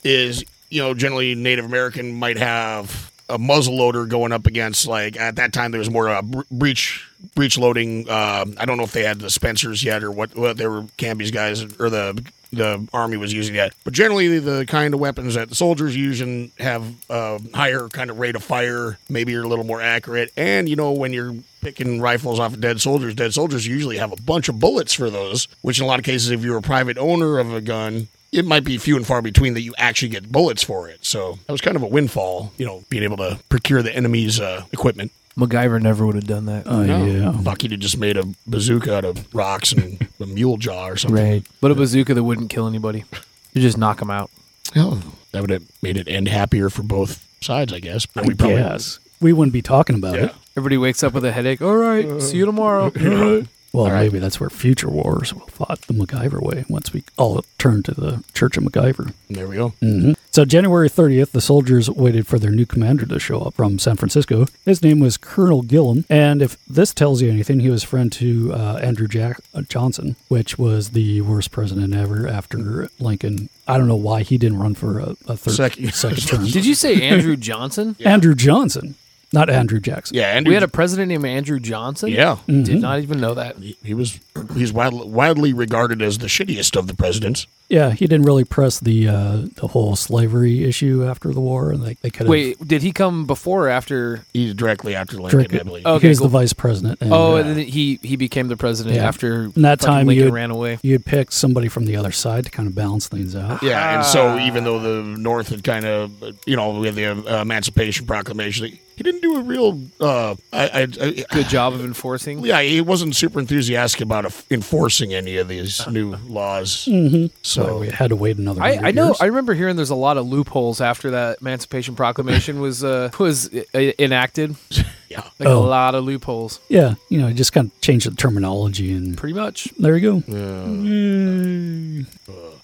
S2: Is you know, generally Native American might have a muzzle loader going up against like at that time there was more uh, bre- breech breech loading. Um, I don't know if they had the Spencers yet or what what they were Camby's guys or the the army was using yet. But generally, the kind of weapons that the soldiers using have a higher kind of rate of fire. Maybe you're a little more accurate. And, you know, when you're picking rifles off of dead soldiers, dead soldiers usually have a bunch of bullets for those, which in a lot of cases, if you're a private owner of a gun, it might be few and far between that you actually get bullets for it. So that was kind of a windfall, you know, being able to procure the enemy's uh, equipment.
S6: MacGyver never would have done that.
S5: Oh yeah.
S2: Bucky had just made a bazooka out of rocks and a mule jaw or something.
S6: But a bazooka that wouldn't kill anybody. You just knock them out.
S2: Hell, Oh. that would have made it end happier for both sides, I guess. But we probably
S5: yes. We wouldn't be talking about
S2: Yeah.
S5: it.
S6: Everybody wakes up with a headache. All
S5: Uh,
S6: right, see you tomorrow.
S5: Well, maybe that's where future wars will fought the MacGyver way once we all turn to the Church of MacGyver.
S2: There we go.
S5: So, January 30th, the soldiers waited for their new commander to show up from San Francisco. His name was Colonel Gillum. And if this tells you anything, he was friend to uh, Andrew Jack- uh, Johnson, which was the worst president ever after Lincoln. I don't know why he didn't run for a, a third
S2: Second.
S5: second, term.
S6: Did you say Andrew Johnson?
S5: Andrew Johnson, not Andrew Jackson.
S2: Yeah, and
S6: We had a president named Andrew Johnson?
S2: yeah.
S5: Mm-hmm.
S6: Did not even know that.
S2: He- He was he's widely, widely regarded as the shittiest of the presidents.
S5: Yeah, he didn't really press the uh, the whole slavery issue after the war. and Like they could
S6: Wait, did he come before or after?
S2: He's directly after Lincoln,
S5: drink
S2: I
S5: it.
S2: believe.
S6: Oh.
S5: he
S6: Okay,
S5: was
S6: cool.
S5: the vice president. and,
S6: Oh,
S5: uh,
S6: and then he, he became the president
S5: Yeah.
S6: after
S5: And that
S6: fucking
S5: time
S6: Lincoln
S5: you'd-
S6: ran away.
S5: you'd pick somebody from the other side to kind of balance things out.
S2: Yeah, and so
S5: Ah.
S2: even though the North had kind of, you know, we had the uh, Emancipation Proclamation, he didn't do a real. Uh, I, I, I,
S6: Good job of enforcing.
S2: yeah, he wasn't super enthusiastic about enf- enforcing any of these
S5: Uh-huh.
S2: new laws.
S5: So
S2: So
S5: we had to wait another.
S6: I,
S5: 100
S6: I know.
S5: years.
S6: I remember hearing there's a lot of loopholes after that Emancipation Proclamation was uh, was uh, enacted.
S2: yeah,
S6: Like
S5: Oh.
S6: a lot of loopholes,
S5: yeah, you know, just kind of change the terminology, and
S6: pretty much.
S5: there you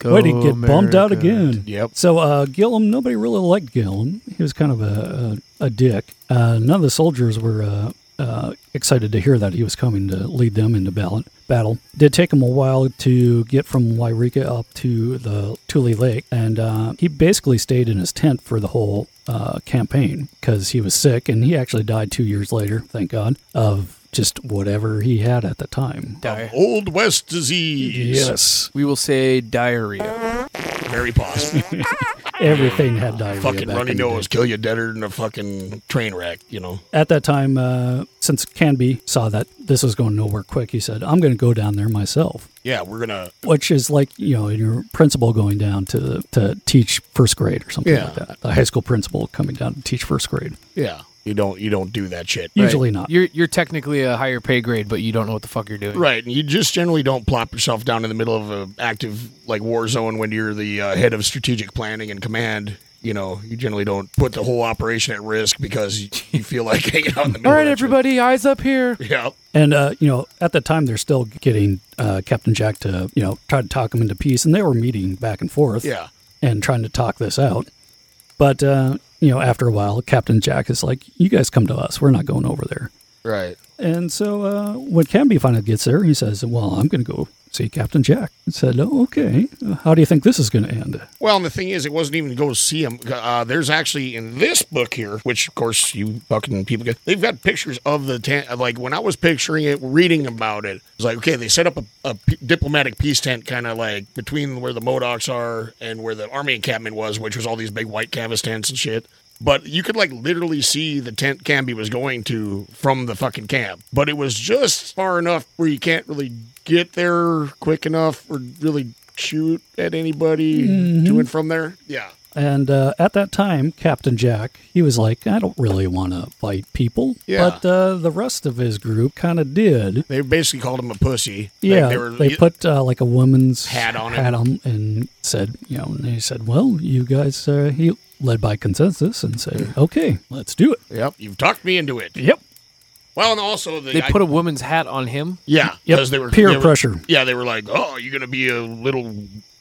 S5: go. Way to get bumped out again.
S2: Yep.
S5: So uh, Gillum, nobody really liked Gillum. He was kind of a a, a dick. Uh, none of the soldiers were uh, uh, excited to hear that he was coming to lead them into battle. Battle did take him a while to get from Wairika up to the Tule Lake, and uh, he basically stayed in his tent for the whole uh, campaign because he was sick, and he actually died two years later. Thank God of just whatever he had at the time.
S6: Di-
S2: Old West disease.
S5: Yes,
S6: Oh. we will say diarrhea.
S2: Very possible.
S5: everything had diarrhea.
S2: fucking
S5: back
S2: runny
S5: in the day.
S2: nose kill you deader than a fucking train wreck, you know.
S5: at that time, uh, since Canby saw that this was going nowhere quick, he said, I'm going to go down there myself,
S2: Yeah, we're gonna
S5: which is like, you know, your principal going down to, to teach first grade or something like
S2: Yeah.
S5: that. The high school principal coming down to teach first grade.
S2: yeah. You don't you don't do that shit.
S5: Usually not.
S6: You're you're technically a higher pay grade, but you don't know what the fuck you're doing.
S2: Right, and you just generally don't plop yourself down in the middle of an active like war zone when you're the uh, head of strategic planning and command. You know, you generally don't put the whole operation at risk because you- you feel like hanging out in the middle.
S6: All right,
S2: of that shit.
S6: everybody, eyes up here.
S2: Yeah,
S5: And, uh, you know, at the time, they're still getting uh, Captain Jack to, you know, try to talk him into peace. And they were meeting back and forth.
S2: yeah.
S5: and trying to talk this out. But, uh, you know, after a while, Captain Jack is like, you guys come to us. We're not going over there.
S2: Right.
S5: And so uh, when Canby finally gets there, he says, well, I'm going to go see Captain Jack. I said, oh, okay. How do you think this is going to end?
S2: Well, and the thing is, it wasn't even go see him. Uh, there's actually in this book here, which of course you fucking people get. They've got pictures of the tent. Like when I was picturing it, reading about it, it's like okay, they set up a, a p- diplomatic peace tent, kind of like between where the Modocs are and where the army encampment was, which was all these big white canvas tents and shit. But you could like literally see the tent Camby was going to from the fucking camp. But it was just far enough where you can't really get there quick enough or really shoot at anybody
S6: Mm-hmm.
S2: to and from there. Yeah.
S5: And uh, at that time, Captain Jack, he was like, I don't really want to fight people.
S2: Yeah.
S5: But uh, the rest of his group kind of did.
S2: They basically called him a pussy. They-
S5: Yeah,
S2: They,
S5: they,
S2: were,
S5: put uh, like a woman's
S2: Hat on him.
S5: hat on and said, you know, and they said, well, you guys, uh, he led by consensus and said, okay, let's do it.
S2: Yep. You've talked me into it.
S5: Yep.
S2: Well, and also the,
S6: They
S2: I-
S6: put a woman's hat on him.
S2: Yeah,
S5: Yep,
S2: because they were
S5: peer
S2: they were-
S5: pressure.
S2: Yeah, they were like, "Oh, you're gonna be a little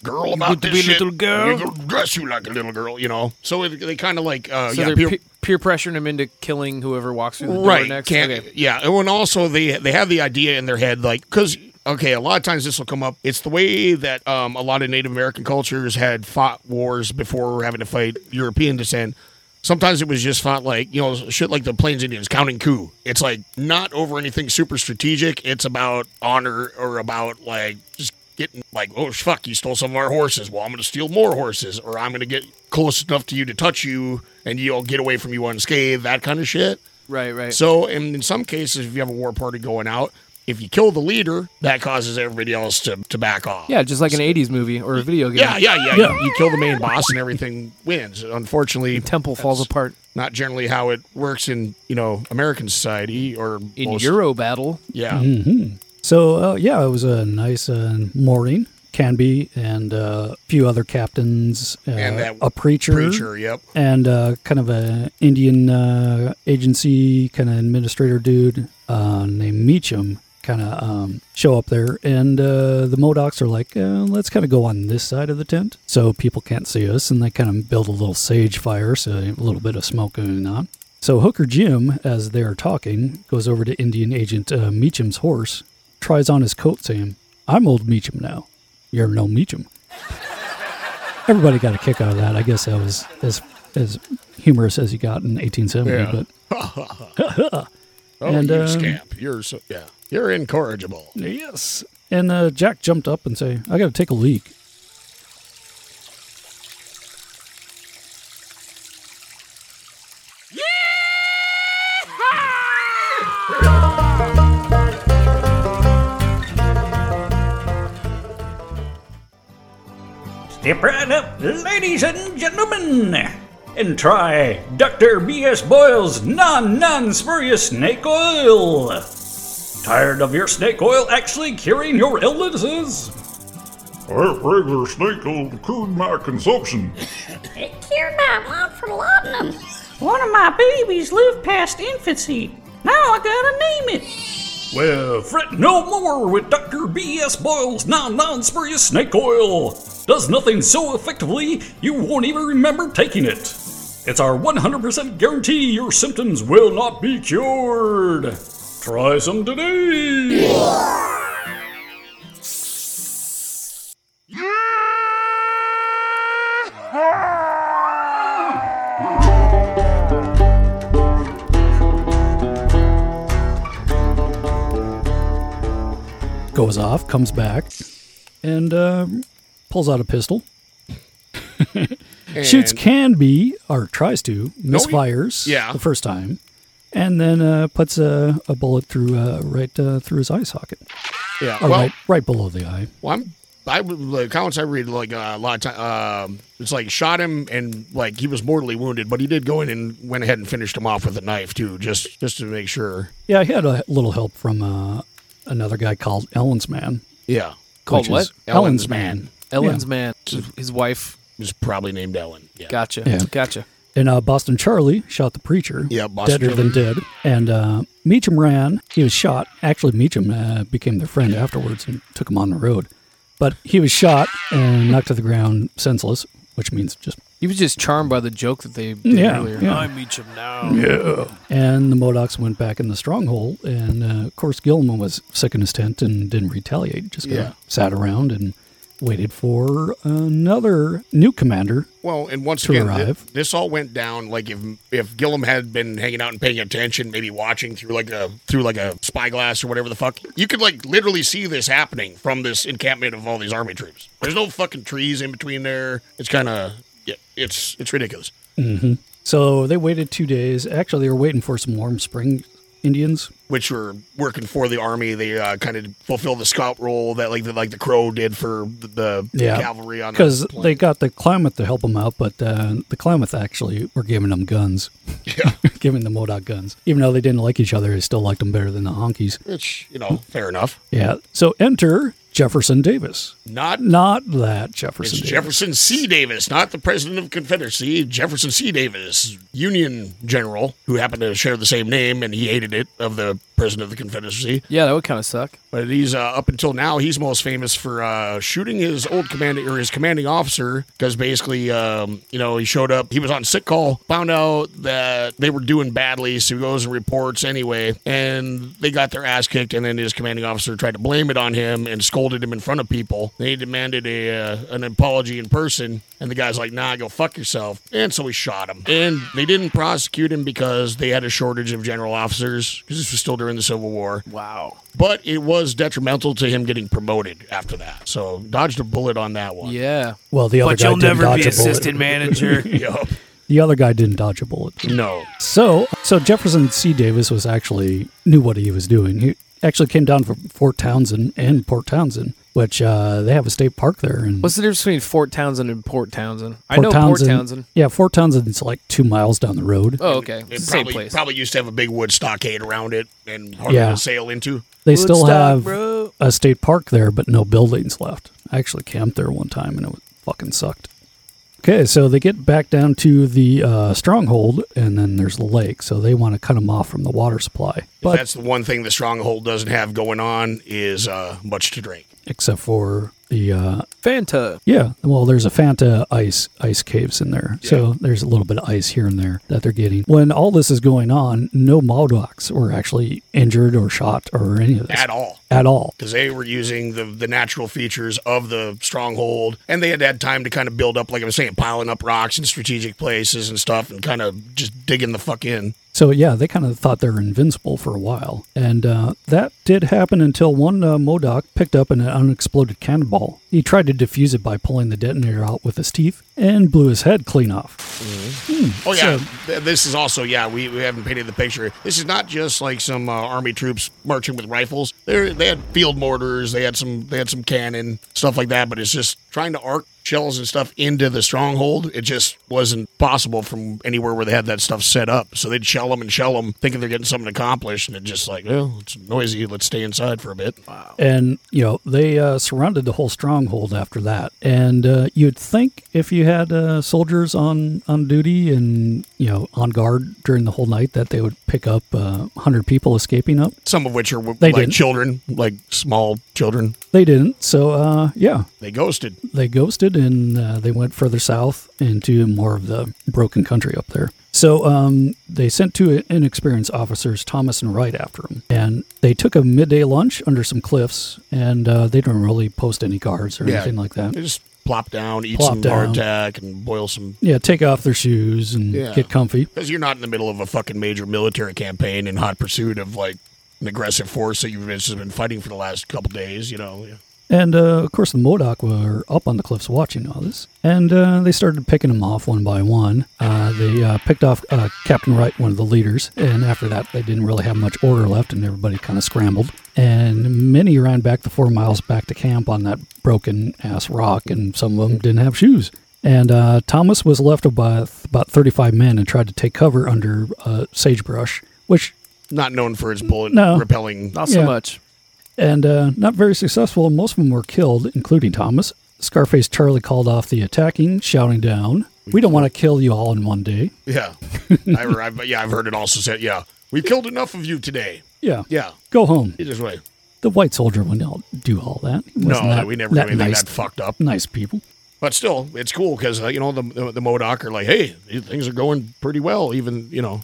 S2: girl about
S6: to
S2: this
S6: be a
S2: shit.
S6: little girl?"
S2: We're gonna dress you like a little girl," you know. So it, they kind of like, uh,
S6: So
S2: yeah,
S6: they're
S2: peer-
S6: pe- peer pressuring him into killing whoever walks through the door
S2: right?
S6: next.
S2: Can't,
S6: Okay.
S2: Yeah, and when also they they have the idea in their head, like, because okay, a lot of times this will come up. It's the way that um, a lot of Native American cultures had fought wars before having to fight European descent. Sometimes it was just fought like you know shit like the Plains Indians counting coup. It's like not over anything super strategic. It's about honor or about like just getting like oh fuck you stole some of our horses. Well I'm gonna steal more horses or I'm gonna get close enough to you to touch you and you'll get away from you unscathed. That kind of shit.
S6: Right. Right.
S2: So, and in some cases, if you have a war party going out, if you kill the leader, that causes everybody else to, to back off.
S6: yeah, just like an '80s movie or a video game.
S2: Yeah, yeah, yeah.
S5: Yeah.
S2: You, you kill the main boss and everything wins. Unfortunately,
S6: Temple falls
S2: that's
S6: apart
S2: Not generally how it works in, you know, American society or
S6: in
S2: most-
S6: Euro battle.
S2: Yeah.
S5: Mm-hmm. So, uh, yeah, it was a nice uh, morning. Canby and uh, a few other captains, uh,
S2: And that
S5: a preacher,
S2: Preacher, yep.
S5: and uh, kind of a Indian uh, agency kind of administrator dude uh, named Meacham kind of um, show up there, and uh, the Modocs are like, uh, let's kind of go on this side of the tent so people can't see us, and they kind of build a little sage fire, so a little bit of smoke going on. So Hooker Jim, as they are talking, goes over to Indian agent uh, Meacham's horse, tries on his coat, saying, "I'm old Meacham now. You're no Meacham." Everybody got a kick out of that. I guess that was as as humorous as you got in 1870.
S2: Yeah.
S5: But
S2: Oh,
S5: And,
S2: you
S5: um,
S2: scamp. You're so, yeah. You're incorrigible.
S5: yes, and uh, Jack jumped up and say, "I got to take a leak."
S3: Step right up, ladies and gentlemen, and try Dr. B.S. Boyle's non non spurious snake oil. Tired of your snake oil actually curing your illnesses?
S10: That regular snake oil cured my consumption.
S7: It cured my mom from laudanum.
S11: One of my babies lived past infancy. Now I gotta name it.
S3: Well, fret no more with Dr. B.S. Boyle's non non spurious snake oil. Does nothing so effectively you won't even remember taking it. It's our 100% guarantee your symptoms will not be cured. Try some today.
S5: Goes off, comes back, and um, pulls out a pistol, shoots
S2: And- Oh,
S5: Canby or tries to, misfires
S2: yeah.
S5: the first time, and then uh, puts a, a bullet through uh, right uh, through his eye socket,
S2: Yeah.
S5: or
S2: well,
S5: right right below the eye.
S2: Well, I'm. I would- the comments I read like uh, a lot of time. Um, it's like shot him and like he was mortally wounded, but he did go in and went ahead and finished him off with a knife too, just just to make sure.
S5: Yeah, he had a little help from uh, another guy called Ellen's man.
S2: Yeah,
S6: Called
S5: which
S6: what?
S5: is Ellen's man.
S6: Ellen's man, his wife.
S2: It was probably named Ellen. Yeah,
S6: Gotcha.
S5: Yeah.
S6: Gotcha.
S5: And uh, Boston Charlie shot the preacher.
S2: Yeah, Boston
S5: deader than dead. And uh, Meacham ran. He was shot. Actually, Meacham uh, became their friend afterwards and took him on the road. But he was shot and knocked to the ground senseless, which means just.
S6: He was just charmed by the joke that they did
S5: Yeah,
S6: earlier.
S5: yeah.
S6: I meet him now.
S5: And the Modocs went back in the stronghold. And uh, of course, Gilman was sick in his tent and didn't retaliate. Just kinda
S2: Yeah.
S5: sat around and waited for another new commander.
S2: Well, and once
S5: To
S2: again, thi-
S5: arrive.
S2: this all went down like if if Gillum had been hanging out and paying attention, maybe watching through like a through like a spyglass or whatever the fuck, you could like literally see this happening from this encampment of all these army troops. There's no fucking trees in between there. It's kind of yeah, it's it's ridiculous.
S5: So they waited two days. Actually, they were waiting for some warm spring Indians.
S2: which were working for the army. They uh, kind of fulfilled the scout role that like the, like the crow did for the, the cavalry on the
S5: because
S2: plain.
S5: they got the Klamath to help them out, but uh, the Klamath actually were giving them guns. Yeah, giving the Modoc guns, even though they didn't like each other, they still liked them better than the honkies.
S2: which you know fair enough.
S5: Yeah. So enter Jefferson Davis.
S2: Not
S5: Not that Jefferson.
S2: It's
S5: Davis.
S2: Jefferson C. Davis, not the president of Confederacy. Jefferson C. Davis, Union general, who happened to share the same name, and he hated it of the president of the Confederacy.
S6: Yeah, that would kind of suck.
S2: But he's uh, up until now, he's most famous for uh, shooting his old commanding or his commanding officer because basically, um, you know, he showed up. He was on sick call, found out that they were doing badly, so he goes and reports anyway, and they got their ass kicked. And then his commanding officer tried to blame it on him and scolded him in front of people. They demanded a uh, an apology in person, and the guy's like, "Nah, go fuck yourself." And so we shot him. And they didn't prosecute him because they had a shortage of general officers because this was still during the Civil War. Wow. But it was detrimental to him getting promoted after that. So dodged a bullet on that one.
S6: Yeah.
S5: Well, the other
S6: But
S5: guy
S6: you'll
S5: didn't
S6: never
S5: dodge
S6: be
S5: a bullet.
S6: assistant manager.
S2: Yup.
S5: The other guy didn't dodge a bullet.
S2: No.
S5: So, so Jefferson C. Davis was actually knew what he was doing. He actually came down from Fort Townsend and Port Townsend, which uh, they have a state park there. And
S6: What's the difference between Fort Townsend and Port Townsend? I
S5: Fort
S6: know
S5: Townsend-
S6: Port Townsend.
S5: Yeah, Fort Townsend's like two miles down the road.
S6: Oh, okay.
S2: It
S6: It's the same
S2: probably,
S6: place.
S2: probably used to have a big wood stockade around it and hard
S5: Yeah.
S2: to sail into.
S5: They still have a state park there, but no buildings left. I actually camped there one time, and it fucking sucked. Okay, so they get back down to the uh, stronghold, and then there's the lake. So they want to cut them off from the water supply,
S2: If that's the one thing the stronghold doesn't have going on is uh, much to drink.
S5: except for the uh,
S6: Fanta.
S5: Yeah, well, there's a Fanta ice ice caves in there, so there's a little bit of ice here and there that they're getting. When all this is going on, no Modocs were actually injured or shot or any of this
S2: At all.
S5: At all.
S2: because they were using the the natural features of the stronghold, and they had had time to kind of build up, like I was saying, piling up rocks in strategic places and stuff, and kind of just digging the fuck in.
S5: So yeah, they kind of thought they were invincible for a while, and uh, that did happen until one uh, Modoc picked up an unexploded cannonball. He tried to defuse it by pulling the detonator out with his teeth and blew his head clean off.
S2: Oh yeah, Th- this is also yeah. We, we haven't painted the picture. This is not just like some uh, army troops marching with rifles. They they had field mortars. They had some they had some cannon stuff like that. But it's just trying to arc shells and stuff into the stronghold. It just wasn't possible from anywhere where they had that stuff set up. So they'd shell them and shell them, thinking they're getting something accomplished, and it just like well, it's noisy. Let's stay inside for a bit. Wow.
S5: And, you know, they uh, surrounded the whole stronghold after that. And uh, you'd think if you had uh, soldiers on, on duty and, you know, on guard during the whole night that they would pick up uh, 100 people escaping up.
S2: Some of which are w-
S5: They
S2: like
S5: didn't.
S2: children, like small children.
S5: They didn't. So, uh, yeah,
S2: They ghosted.
S5: they ghosted and uh, they went further south into more of the broken country up there. So um, they sent two inexperienced officers, Thomas and Wright, after them. And they took a midday lunch under some cliffs and uh, they didn't really post any guards or anything like that.
S2: They just plop down, eat
S5: Plop
S2: some hardtack,
S5: down.
S2: and boil some
S5: Yeah, take off their shoes and
S2: Yeah.
S5: get comfy.
S2: Because you're not in the middle of a fucking major military campaign in hot pursuit of like an aggressive force that you've just been fighting for the last couple days, you know. Yeah.
S5: And uh, of course, the Modoc were up on the cliffs watching all this, and uh, they started picking them off one by one. Uh, they uh, picked off uh, Captain Wright, one of the leaders, and after that, they didn't really have much order left, and everybody kind of scrambled. And many ran back the four miles back to camp on that broken ass rock, and some of them didn't have shoes. And uh, Thomas was left with about 35 men and tried to take cover under uh, sagebrush, which
S2: Not known for its bullet
S5: No.
S2: repelling.
S5: Not so Yeah. much. and uh, not very successful. Most of them were killed, including Thomas. Scarface Charlie called off the attacking, shouting down, "We don't want to kill you all in one day."
S2: Yeah. I, I've, yeah, I've heard it also said, yeah, we killed enough of you today.
S5: Yeah,
S2: Yeah.
S5: go home.
S2: Either way.
S5: The white soldier wouldn't all- do all that. He
S2: No,
S5: wasn't that-
S2: we never do
S5: that
S2: anything
S5: nice,
S2: that fucked up.
S5: Nice people.
S2: But still, it's cool because, uh, you know, the, the, the Modoc are like, hey, these things are going pretty well, even, you know,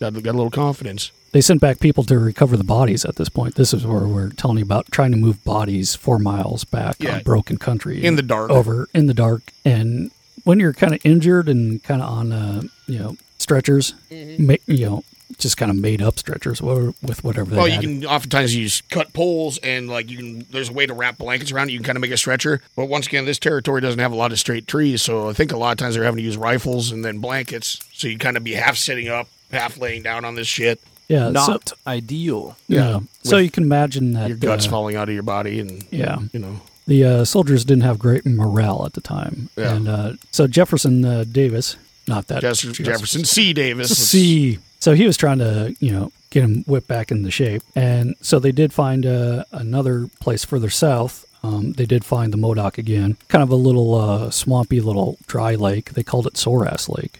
S2: got, got a little confidence.
S5: They sent back people to recover the bodies. At this point, this is where we're telling you about trying to move bodies four miles back
S2: Yeah.
S5: on broken country
S2: In the dark.
S5: over in the dark, and when you're kind of injured and kind of on uh, you know stretchers, ma- you know just kind of made up stretchers wa- with whatever they
S2: Well, you
S5: had.
S2: can oftentimes use cut poles and like you can. There's a way to wrap blankets around it. You can kind of make a stretcher. But once again, this territory doesn't have a lot of straight trees, so I think a lot of times they're having to use rifles and then blankets. So you kind of be half sitting up, half laying down on this shit.
S5: Yeah, Uh, so-
S6: not ideal.
S5: yeah. So
S2: With
S5: you can imagine that
S2: your guts
S5: uh,
S2: falling out of your body and
S5: Yeah.
S2: you know.
S5: The uh, soldiers didn't have great morale at the time,
S2: Yeah.
S5: and uh, so Jefferson uh, Davis, not that
S2: Jess- Jefferson C. Davis.
S5: C. So he was trying to, you know, get him whipped back into shape, and so they did find uh, another place further south. Um, they did find the Modoc again, kind of a little uh, swampy, little dry lake. They called it Sore Ass Lake,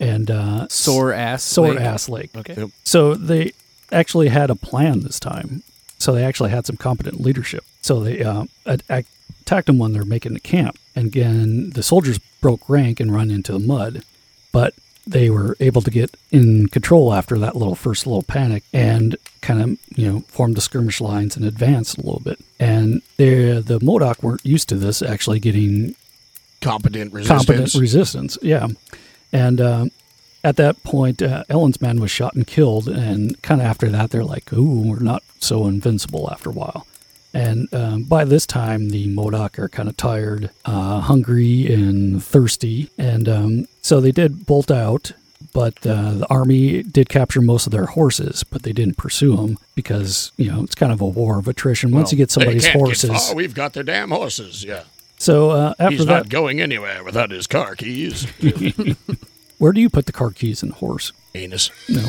S5: and uh,
S6: Sore Ass
S5: Sore
S6: Lake.
S5: Ass Lake.
S6: Okay.
S2: Yep.
S5: So they actually had a plan this time. So they actually had some competent leadership. So they uh, at- at- attacked them when they're making the camp, and again the soldiers broke rank and run into the mud, but they were able to get in control after that little first little panic and kind of you know formed the skirmish lines and advanced a little bit. And they the Modoc weren't used to this actually getting
S2: competent resistance.
S5: competent resistance. Yeah, and um, at that point, uh, Ellen's man was shot and killed, and kind of after that, they're like, "Ooh, we're not so invincible." After a while, and um, by this time, the Modoc are kind of tired, uh, hungry, and thirsty, and um, so they did bolt out. But uh, the army did capture most of their horses, but they didn't pursue them because you know it's kind of a war of attrition. Once you get
S2: They
S5: somebody's
S2: can't get
S5: horses,
S2: far. Oh, we've got their damn horses. Yeah.
S5: so uh, after
S2: He's
S5: that,
S2: not going anywhere without his car keys.
S5: Where do you put the car keys in the horse?
S2: Anus.
S5: No.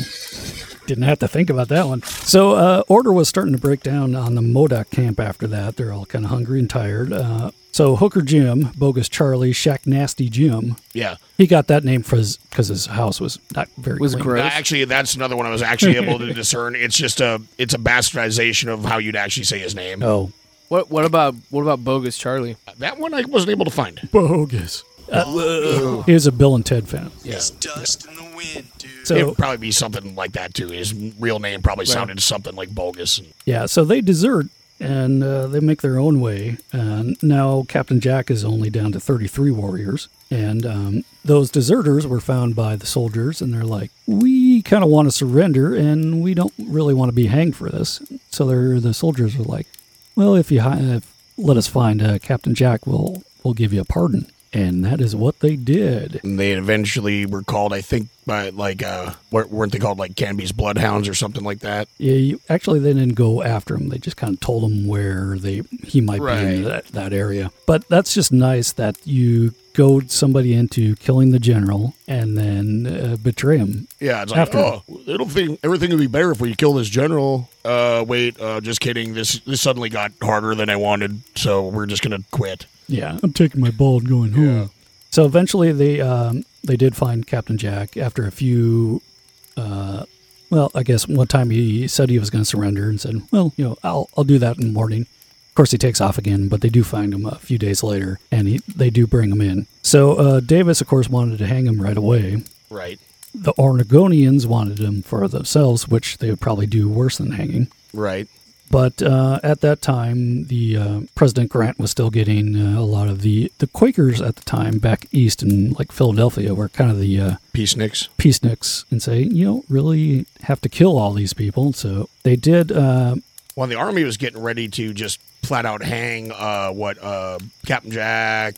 S5: Didn't have to think about that one. So, uh, order was starting to break down on the Modoc camp after that. They're all kind of hungry and tired. Uh, so, Hooker Jim, Bogus Charlie, Shack Nasty Jim,
S2: Yeah.
S5: he got that name for his because his house was not very
S6: Was
S5: clean.
S6: gross.
S2: Actually, that's another one I was actually able to discern. It's just a it's a bastardization of how you'd actually say his name.
S5: Oh,
S6: What what about what about bogus Charlie?
S2: That one I wasn't able to find.
S5: bogus. Uh, he was a Bill and Ted fan.
S2: It's
S12: dust in the wind, dude.
S5: So,
S2: It would probably be something like that too. His real name probably sounded something like bogus. And
S5: Yeah, so they desert and uh, they make their own way. And now Captain Jack is only down to 33 warriors. And um, those deserters were found by the soldiers, and they're like, we kind of want to surrender and we don't really want to be hanged for this. So they're, the soldiers are like, well, if you hi- if let us find uh, Captain Jack, we'll, we'll give you a pardon. And that is what they did.
S2: and they eventually were called, I think, by like uh, wer- weren't they called like Canby's Bloodhounds or something like that?
S5: Yeah, you, actually, they didn't go after him. They just kind of told him where they he might be
S2: Right.
S5: in that, that area. But that's just nice that you goad somebody into killing the general and then uh, betray him.
S2: Yeah, it's like
S5: After-
S2: oh, it'll think everything would be better if we kill this general. Uh, wait, uh, just kidding. This this suddenly got harder than I wanted, so we're just gonna quit.
S5: Yeah, I'm taking my ball and going home. So eventually, they um, they did find Captain Jack after a few. Uh, well, I guess one time he said he was going to surrender and said, "Well, you know, I'll I'll do that in the morning." Of course, he takes off again, but they do find him a few days later, and he, they do bring him in. So uh, Davis, of course, wanted to hang him right away.
S2: Right,
S5: The Oregonians wanted him for themselves, which they would probably do worse than hanging.
S2: right.
S5: But uh, at that time, the uh, President Grant was still getting uh, a lot of the the Quakers at the time back east in like Philadelphia, were kind of the uh,
S2: Peace, Nicks.
S5: peaceniks, and say you don't really have to kill all these people. So they did. Uh,
S2: Well, the army was getting ready to just flat out hang uh, what uh, Captain Jack,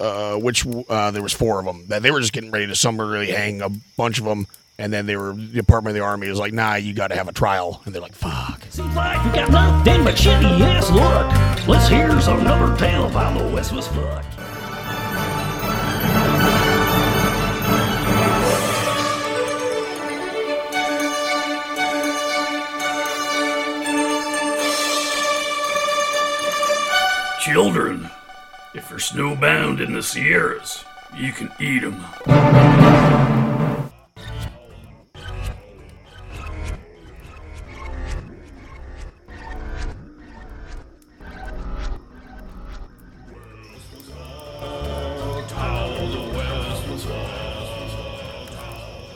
S2: uh, which uh, there was four of them. That they were just getting ready to summarily hang a bunch of them, and then they were the Department of the Army was like, "Nah, you got to have a trial," and they're like, "Fuck."
S12: Seems like we got nothing but shitty ass luck. Let's hear another tale of how the West was fucked.
S3: Children, if you're snowbound in the Sierras, you can eat 'em.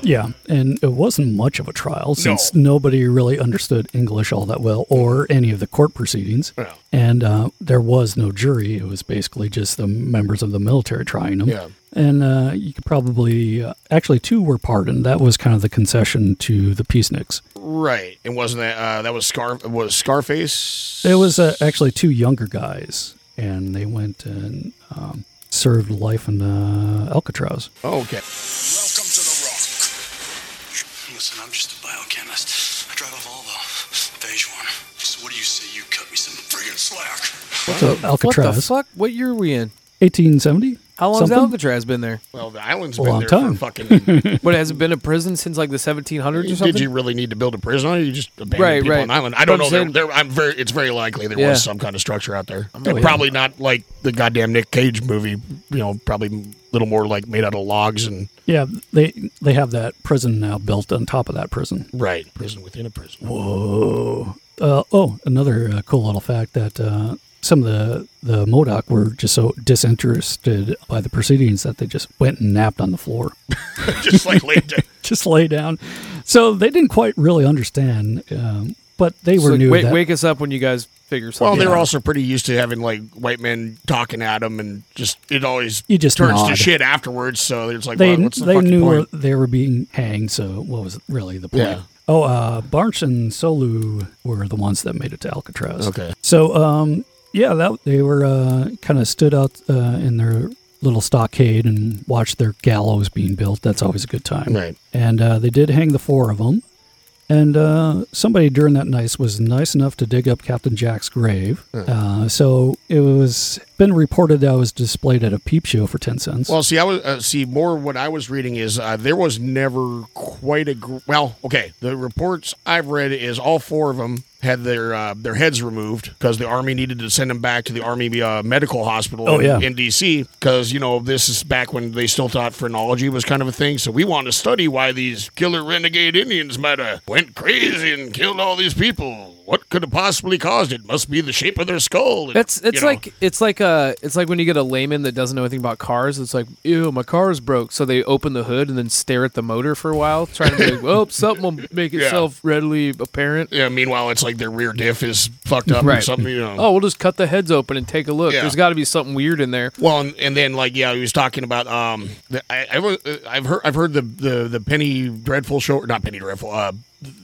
S5: Yeah, and it wasn't much of a trial since nobody really understood English all that well or any of the court proceedings. And uh, there was no jury. It was basically just the members of the military trying them.
S1: Yeah.
S5: And uh, you could probably, uh, actually, two were pardoned. That was kind of the concession to the peaceniks.
S2: Right. And wasn't that uh, that was Scar was Scarface?
S5: There was uh, actually two younger guys, and they went and um, served life in uh, Alcatraz.
S2: Oh, okay.
S13: Welcome to the Rock. Listen, I'm just a biochemist. I drive a Volvo, a beige one. So what do you say you cut me some friggin' slack?
S5: So
S6: What the
S5: Alcatraz.
S6: fuck? What year are we in?
S5: 1870?
S6: How long has
S5: Something?
S6: Alcatraz been there?
S2: Well, the island's
S5: A been long there for time. fucking-
S6: what has it been a prison since like the 1700s or something?
S2: Did you really need to build a prison on it? You just abandoned
S6: Right,
S2: people
S6: right.
S2: on an island. I don't
S6: But I'm
S2: know.
S6: saying-
S2: there, there, I'm very. It's very likely there
S6: Yeah.
S2: was some kind of structure out there.
S6: Oh, yeah.
S2: And probably not like the goddamn Nick Cage movie. You know, probably a little more like made out of logs and
S5: Yeah, they they have that prison now built on top of that prison.
S2: right prison within a prison.
S5: Whoa. Uh, oh, another uh, cool little fact that uh, some of the the Modoc were just so disinterested by the proceedings that they just went and napped on the floor.
S2: just like laid down.
S5: just lay down. So they didn't quite really understand, um, but they
S6: It's
S5: were
S6: like,
S5: new.
S6: wait,
S5: that-
S6: wake us up when you guys figure something.
S2: Well, they were
S6: out.
S2: also pretty used to having like white men talking at them, and just it always
S5: You just
S2: turns to
S5: nod.
S2: shit afterwards. So it's like,
S5: they
S2: well, what's the
S5: they
S2: fucking
S5: knew
S2: point?
S5: they were being hanged. So what was really the point?
S2: Yeah.
S5: Oh, uh, Barnes and Solu were the ones that made it to Alcatraz.
S1: Okay.
S5: So um, yeah, that they were uh, kind of stood out uh, in their little stockade and watched their gallows being built. That's always a good time.
S2: Right.
S5: And uh, they did hang the four of them. And uh, somebody during that night was nice enough to dig up Captain Jack's grave. Uh, so it was been reported that it was displayed at a peep show for ten cents.
S2: Well, see, I was uh, see more. What I was reading is uh, there was never quite a gr- well. Okay, the reports I've read is all four of them had their uh, their heads removed because the army needed to send them back to the army uh, medical hospital
S5: Oh,
S2: in,
S5: yeah.
S2: in DC because you know this is back when they still thought phrenology was kind of a thing. So we want to study why these killer renegade Indians might have went crazy and killed all these people. What could have possibly caused it? Must be the shape of their skull. and,
S6: That's
S2: you
S6: it's
S2: know.
S6: like it's like a it's like when you get a layman that doesn't know anything about cars. It's like ew, my car is broke. So they open the hood and then stare at the motor for a while, trying to be like, well, something will make
S2: Yeah.
S6: itself readily apparent.
S2: Yeah. Meanwhile, it's like their rear diff is fucked up or
S6: Right.
S2: something. You know.
S6: Oh, we'll just cut the heads open and take a look.
S2: Yeah.
S6: There's got to be something weird in there.
S2: Well, and, and then like yeah, he was talking about um, the, I, I was- uh, I've heard I've heard the the the Penny Dreadful show, or not Penny Dreadful, uh,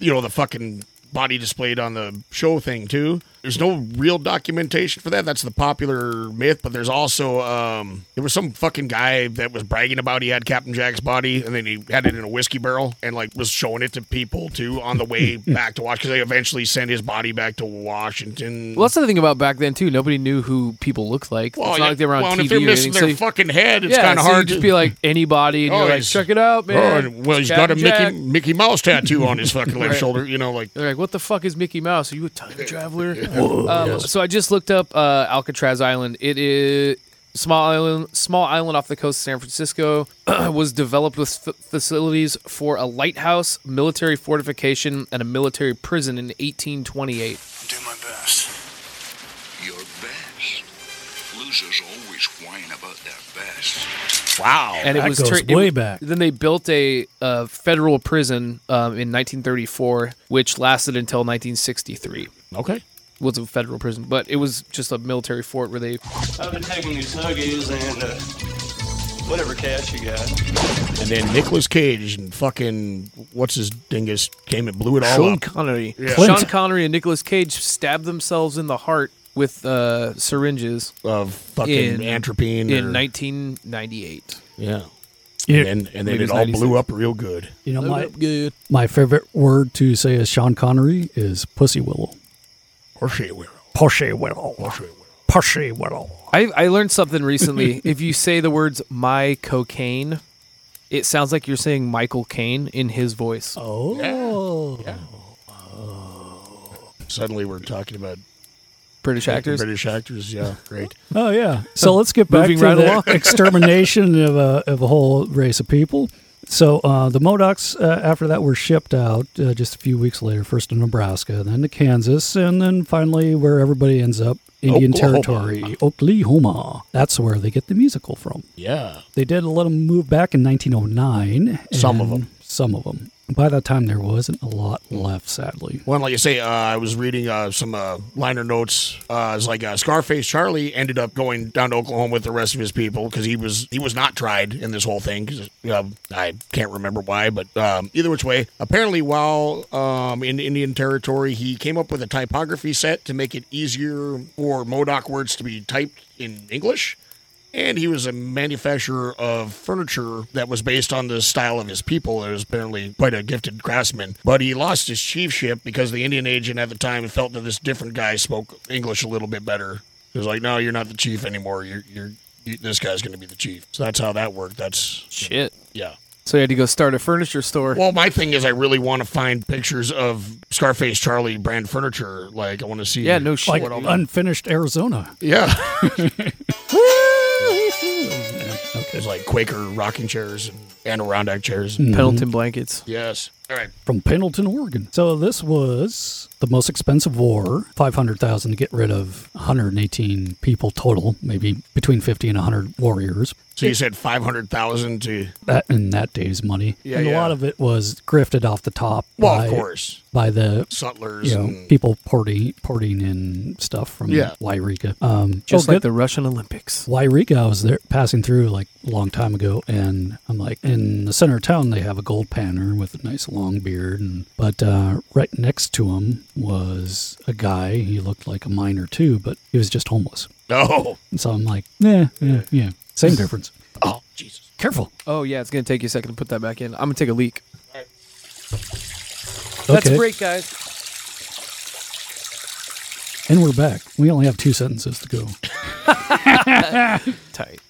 S2: you know the fucking body displayed on the show thing too. There's no real documentation for that. That's the popular myth, but there's also um, there was some fucking guy that was bragging about he had Captain Jack's body, and then he had it in a whiskey barrel and like was showing it to people too on the way back to Washington. They eventually sent his body back to Washington.
S6: Well, that's the thing about back then too. Nobody knew who people looked like.
S2: Well,
S6: it's not
S2: yeah.
S6: like they were on
S2: Well, and
S6: TV
S2: if they're
S6: or
S2: missing
S6: anything.
S2: their
S6: so you-
S2: fucking head, it's
S6: yeah,
S2: kinda
S6: so you
S2: hard
S6: just
S2: to-
S6: be like anybody, and
S2: Oh,
S6: you're like,
S2: he's-
S6: check it out, man.
S2: Oh, and- well, he's got a
S6: Captain Jack.
S2: Mickey, Mickey Mouse tattoo on his fucking left
S6: Right.
S2: shoulder. You know, like
S6: They're like, what the fuck is Mickey Mouse? Are you a time traveler?
S2: Whoa.
S6: Um,
S2: Yes.
S6: So I just looked up uh, Alcatraz Island. It is small island, small island off the coast of San Francisco. was developed with f- facilities for a lighthouse, military fortification, and a military prison in 1828.
S13: Do my best. Your best. Losers always whine about their best.
S2: wow,
S6: and it was tur- it- Then they built a uh, federal prison um, in 1934, which lasted until 1963.
S2: Okay,
S6: was a federal prison, but it was just a military fort where they
S12: I've been taking these huggies and uh, whatever cash you got.
S2: And then Nicolas Cage and fucking what's his dingus came and blew it all
S6: Sean
S2: up.
S6: Connery.
S2: Yeah.
S6: Sean Connery and Nicolas Cage stabbed themselves in the heart with uh, syringes
S2: of fucking atropine
S6: in
S2: or-
S6: 1998.
S2: Yeah.
S5: Yeah.
S2: And then, and
S6: Maybe
S2: then it
S6: it's
S2: all
S6: 96.
S2: blew up real good.
S5: You know,
S6: Blew
S5: my
S6: up good.
S5: my favorite word to say is Sean Connery is pussy willow.
S2: Porsche will.
S5: Pussy willow. Pussy willow.
S6: I, I learned something recently. if you say the words "my cocaine," it sounds like you're saying Michael Caine in his voice.
S5: Oh.
S2: Suddenly we're talking about
S6: British actors.
S2: British actors, yeah, great.
S5: Oh yeah. So let's get back
S6: Moving
S5: to
S6: right
S5: the
S6: along.
S5: extermination of a of a whole race of people. So uh, the Modocs, uh, after that, were shipped out uh, just a few weeks later, first to Nebraska, then to Kansas, and then finally where everybody ends up, Indian
S1: Oklahoma.
S5: Territory, Oklahoma. That's where they get the musical from.
S2: Yeah.
S5: They did let them move back in 1909.
S2: Some of
S5: and
S2: them.
S5: some of them. By that time, there wasn't a lot left, sadly.
S2: Well, like you say, uh, I was reading uh, some uh, liner notes. Uh, it's like uh, Scarface Charlie ended up going down to Oklahoma with the rest of his people because he was he was not tried in this whole thing. 'cause, um, I can't remember why, but um, either which way, apparently while um, in Indian territory, he came up with a typography set to make it easier for Modoc words to be typed in English. And he was a manufacturer of furniture that was based on the style of his people. He was apparently quite a gifted craftsman. But he lost his chiefship because the Indian agent at the time felt that this different guy spoke English a little bit better. He was like, no, you're not the chief anymore. You're, you're you, this guy's going to be the chief. So that's how that worked. That's
S6: shit.
S2: Yeah.
S6: So you had to go start a furniture store.
S2: Well, my thing is, I really want to find pictures of Scarface Charlie brand furniture. Like, I want to see.
S5: Yeah, no
S2: what
S5: shit.
S2: all that-
S5: unfinished Arizona.
S2: Yeah. There's like Quaker rocking chairs and Adirondack chairs,
S6: Mm-hmm.
S5: Mhm. Pendleton
S6: blankets.
S2: Yes. All right.
S5: From Pendleton, Oregon. So this was the most expensive war, 500,000 to get rid of 118 people total, maybe between 50 and 100 warriors.
S2: So you said five hundred thousand to
S5: that in that day's money.
S2: Yeah,
S5: and
S2: yeah.
S5: a lot of it was grifted off the top.
S2: Well,
S5: by,
S2: of course. mm.
S5: by the
S2: Sutlers
S5: you know,
S2: and-
S5: people porting porting in stuff from
S6: Yeah.
S5: Wairika. Um,
S6: Just
S5: oh,
S6: like
S5: good.
S6: the Russian Olympics.
S5: Wairika, I was there passing through like a long time ago, and I'm like, in the center of town, they have a gold panner with a nice long beard, and but uh, right next to him was a guy. He looked like a miner too, but he was just homeless.
S2: No.
S5: And so I'm like, yeah, yeah, yeah, same difference.
S2: Oh, Jesus.
S5: Careful.
S6: Oh, yeah. It's going to take you a second to put that back in. I'm going to take a leak. That's
S5: Okay.
S6: great, guys.
S5: And we're back. We only have two sentences to go.
S6: Tight.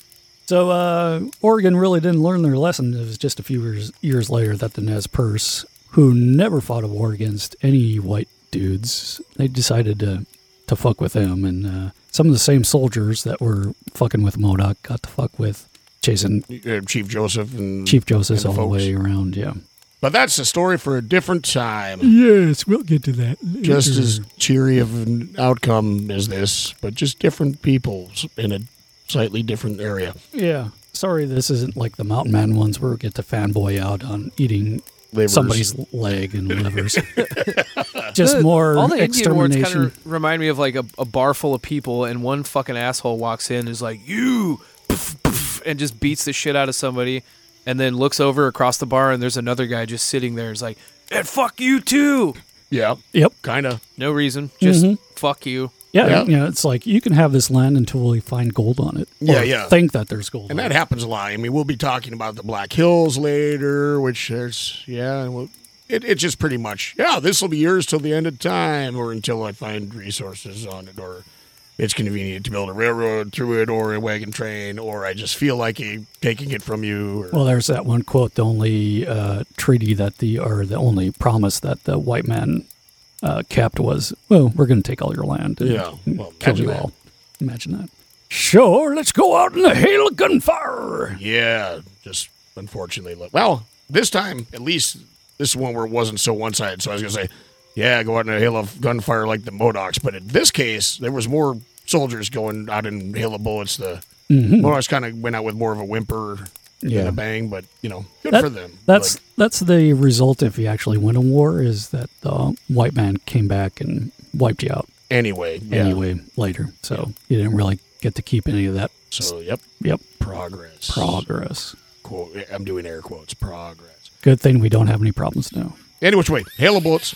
S5: So uh, Oregon really didn't learn their lesson. It was just a few years, years later that the Nez Perce, who never fought a war against any white dudes, they decided to to fuck with them. And uh, some of the same soldiers that were fucking with Modoc got to fuck with chasing
S2: uh, Chief Joseph and
S5: Chief
S2: and
S5: Joseph
S2: the
S5: all the
S2: folks.
S5: way around. Yeah.
S2: But that's a story for a different time.
S5: Hmm. Yes, we'll get to that.
S2: Just
S5: Hmm.
S2: as cheery of an outcome as this, but just different people in a slightly different area.
S5: Yeah. Sorry, this isn't like the Mountain Man ones where we get to fanboy out on eating
S2: Livers.
S5: somebody's leg and livers. Just
S6: The-
S5: more
S6: All the Indian words
S5: extermination.
S6: kind of remind me of like a, a bar full of people, and one fucking asshole walks in and is like, "You," pff, pff," and just beats the shit out of somebody, and then looks over across the bar, and there's another guy just sitting there. Is like, "And fuck you too."
S2: Yeah.
S5: Yep.
S2: Kind of.
S6: No reason. Just
S5: Mhm.
S6: fuck you.
S5: Yeah, you know, it's like you can have this land until we find gold on it.
S2: Yeah,
S5: Or
S2: yeah.
S5: Think that there's gold.
S2: And
S5: on
S2: that
S5: it.
S2: happens a lot. I mean, we'll be talking about the Black Hills later, which there's, yeah, and we'll- it, it's just pretty much, yeah, this will be yours till the end of time or until I find resources on it or it's convenient to build a railroad through it or a wagon train or I just feel like eh, taking it from you. Or,
S5: Well, there's that one quote: the only uh, treaty that the or the only promise that the white man uh, kept was, "Well, we're going to take all your land. And
S12: Yeah, well,
S5: kill
S12: imagine
S5: you
S12: that.
S5: all." Imagine that. Sure, let's go out in the hail of gunfire.
S2: yeah, just unfortunately. look- Well, this time, at least this one where it wasn't so one sided. So I was going to say, yeah, go out in a hail of gunfire like the Modocs. But in this case, there was more soldiers going out in hail of bullets. The
S5: Mhm.
S2: Modocs kind of went out with more of a whimper than
S5: Yeah.
S2: a bang, but, you know, good
S5: That-
S2: for them.
S5: That's that's the result if you actually win a war is that the white man came back and wiped you out.
S2: Anyway, yeah.
S5: anyway, later. So you didn't really get to keep any of that.
S2: So, yep.
S5: Yep.
S2: Progress.
S5: Progress.
S2: Quote, I'm doing air quotes. Progress.
S5: Good thing we don't have any problems now.
S2: Any which way, hail of bullets.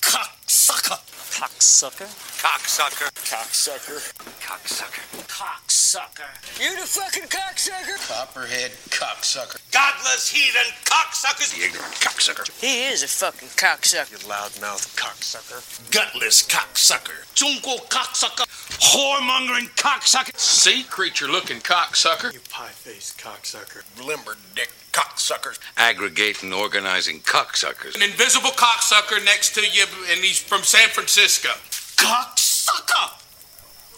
S14: Cocksucker. Cocksucker. Cocksucker. Cocksucker. Cocksucker. Cocksucker. You the fucking cocksucker. Copperhead cocksucker. Godless heathen cocksuckers. You ignorant cocksucker. He is a fucking cocksucker. You loudmouth cocksucker.
S13: Gutless cocksucker. Junko cocksucker. Whoremongering cocksucker. Sea creature looking cocksucker. You pie faced cocksucker. Limber dick cocksuckers.
S14: Aggregating, organizing cocksuckers.
S13: An invisible cocksucker next to you, and he's from San Francisco. Cocksucker!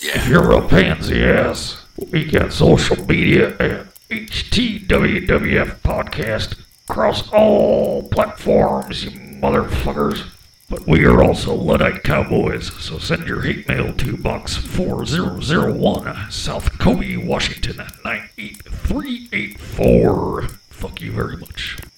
S15: If you're a pansy ass, we got social media and
S3: HTWWF podcast across all platforms, you motherfuckers. But we are also Luddite Cowboys, so send your hate mail to Box 4001, South Kobe, Washington, 98384. Fuck you very much.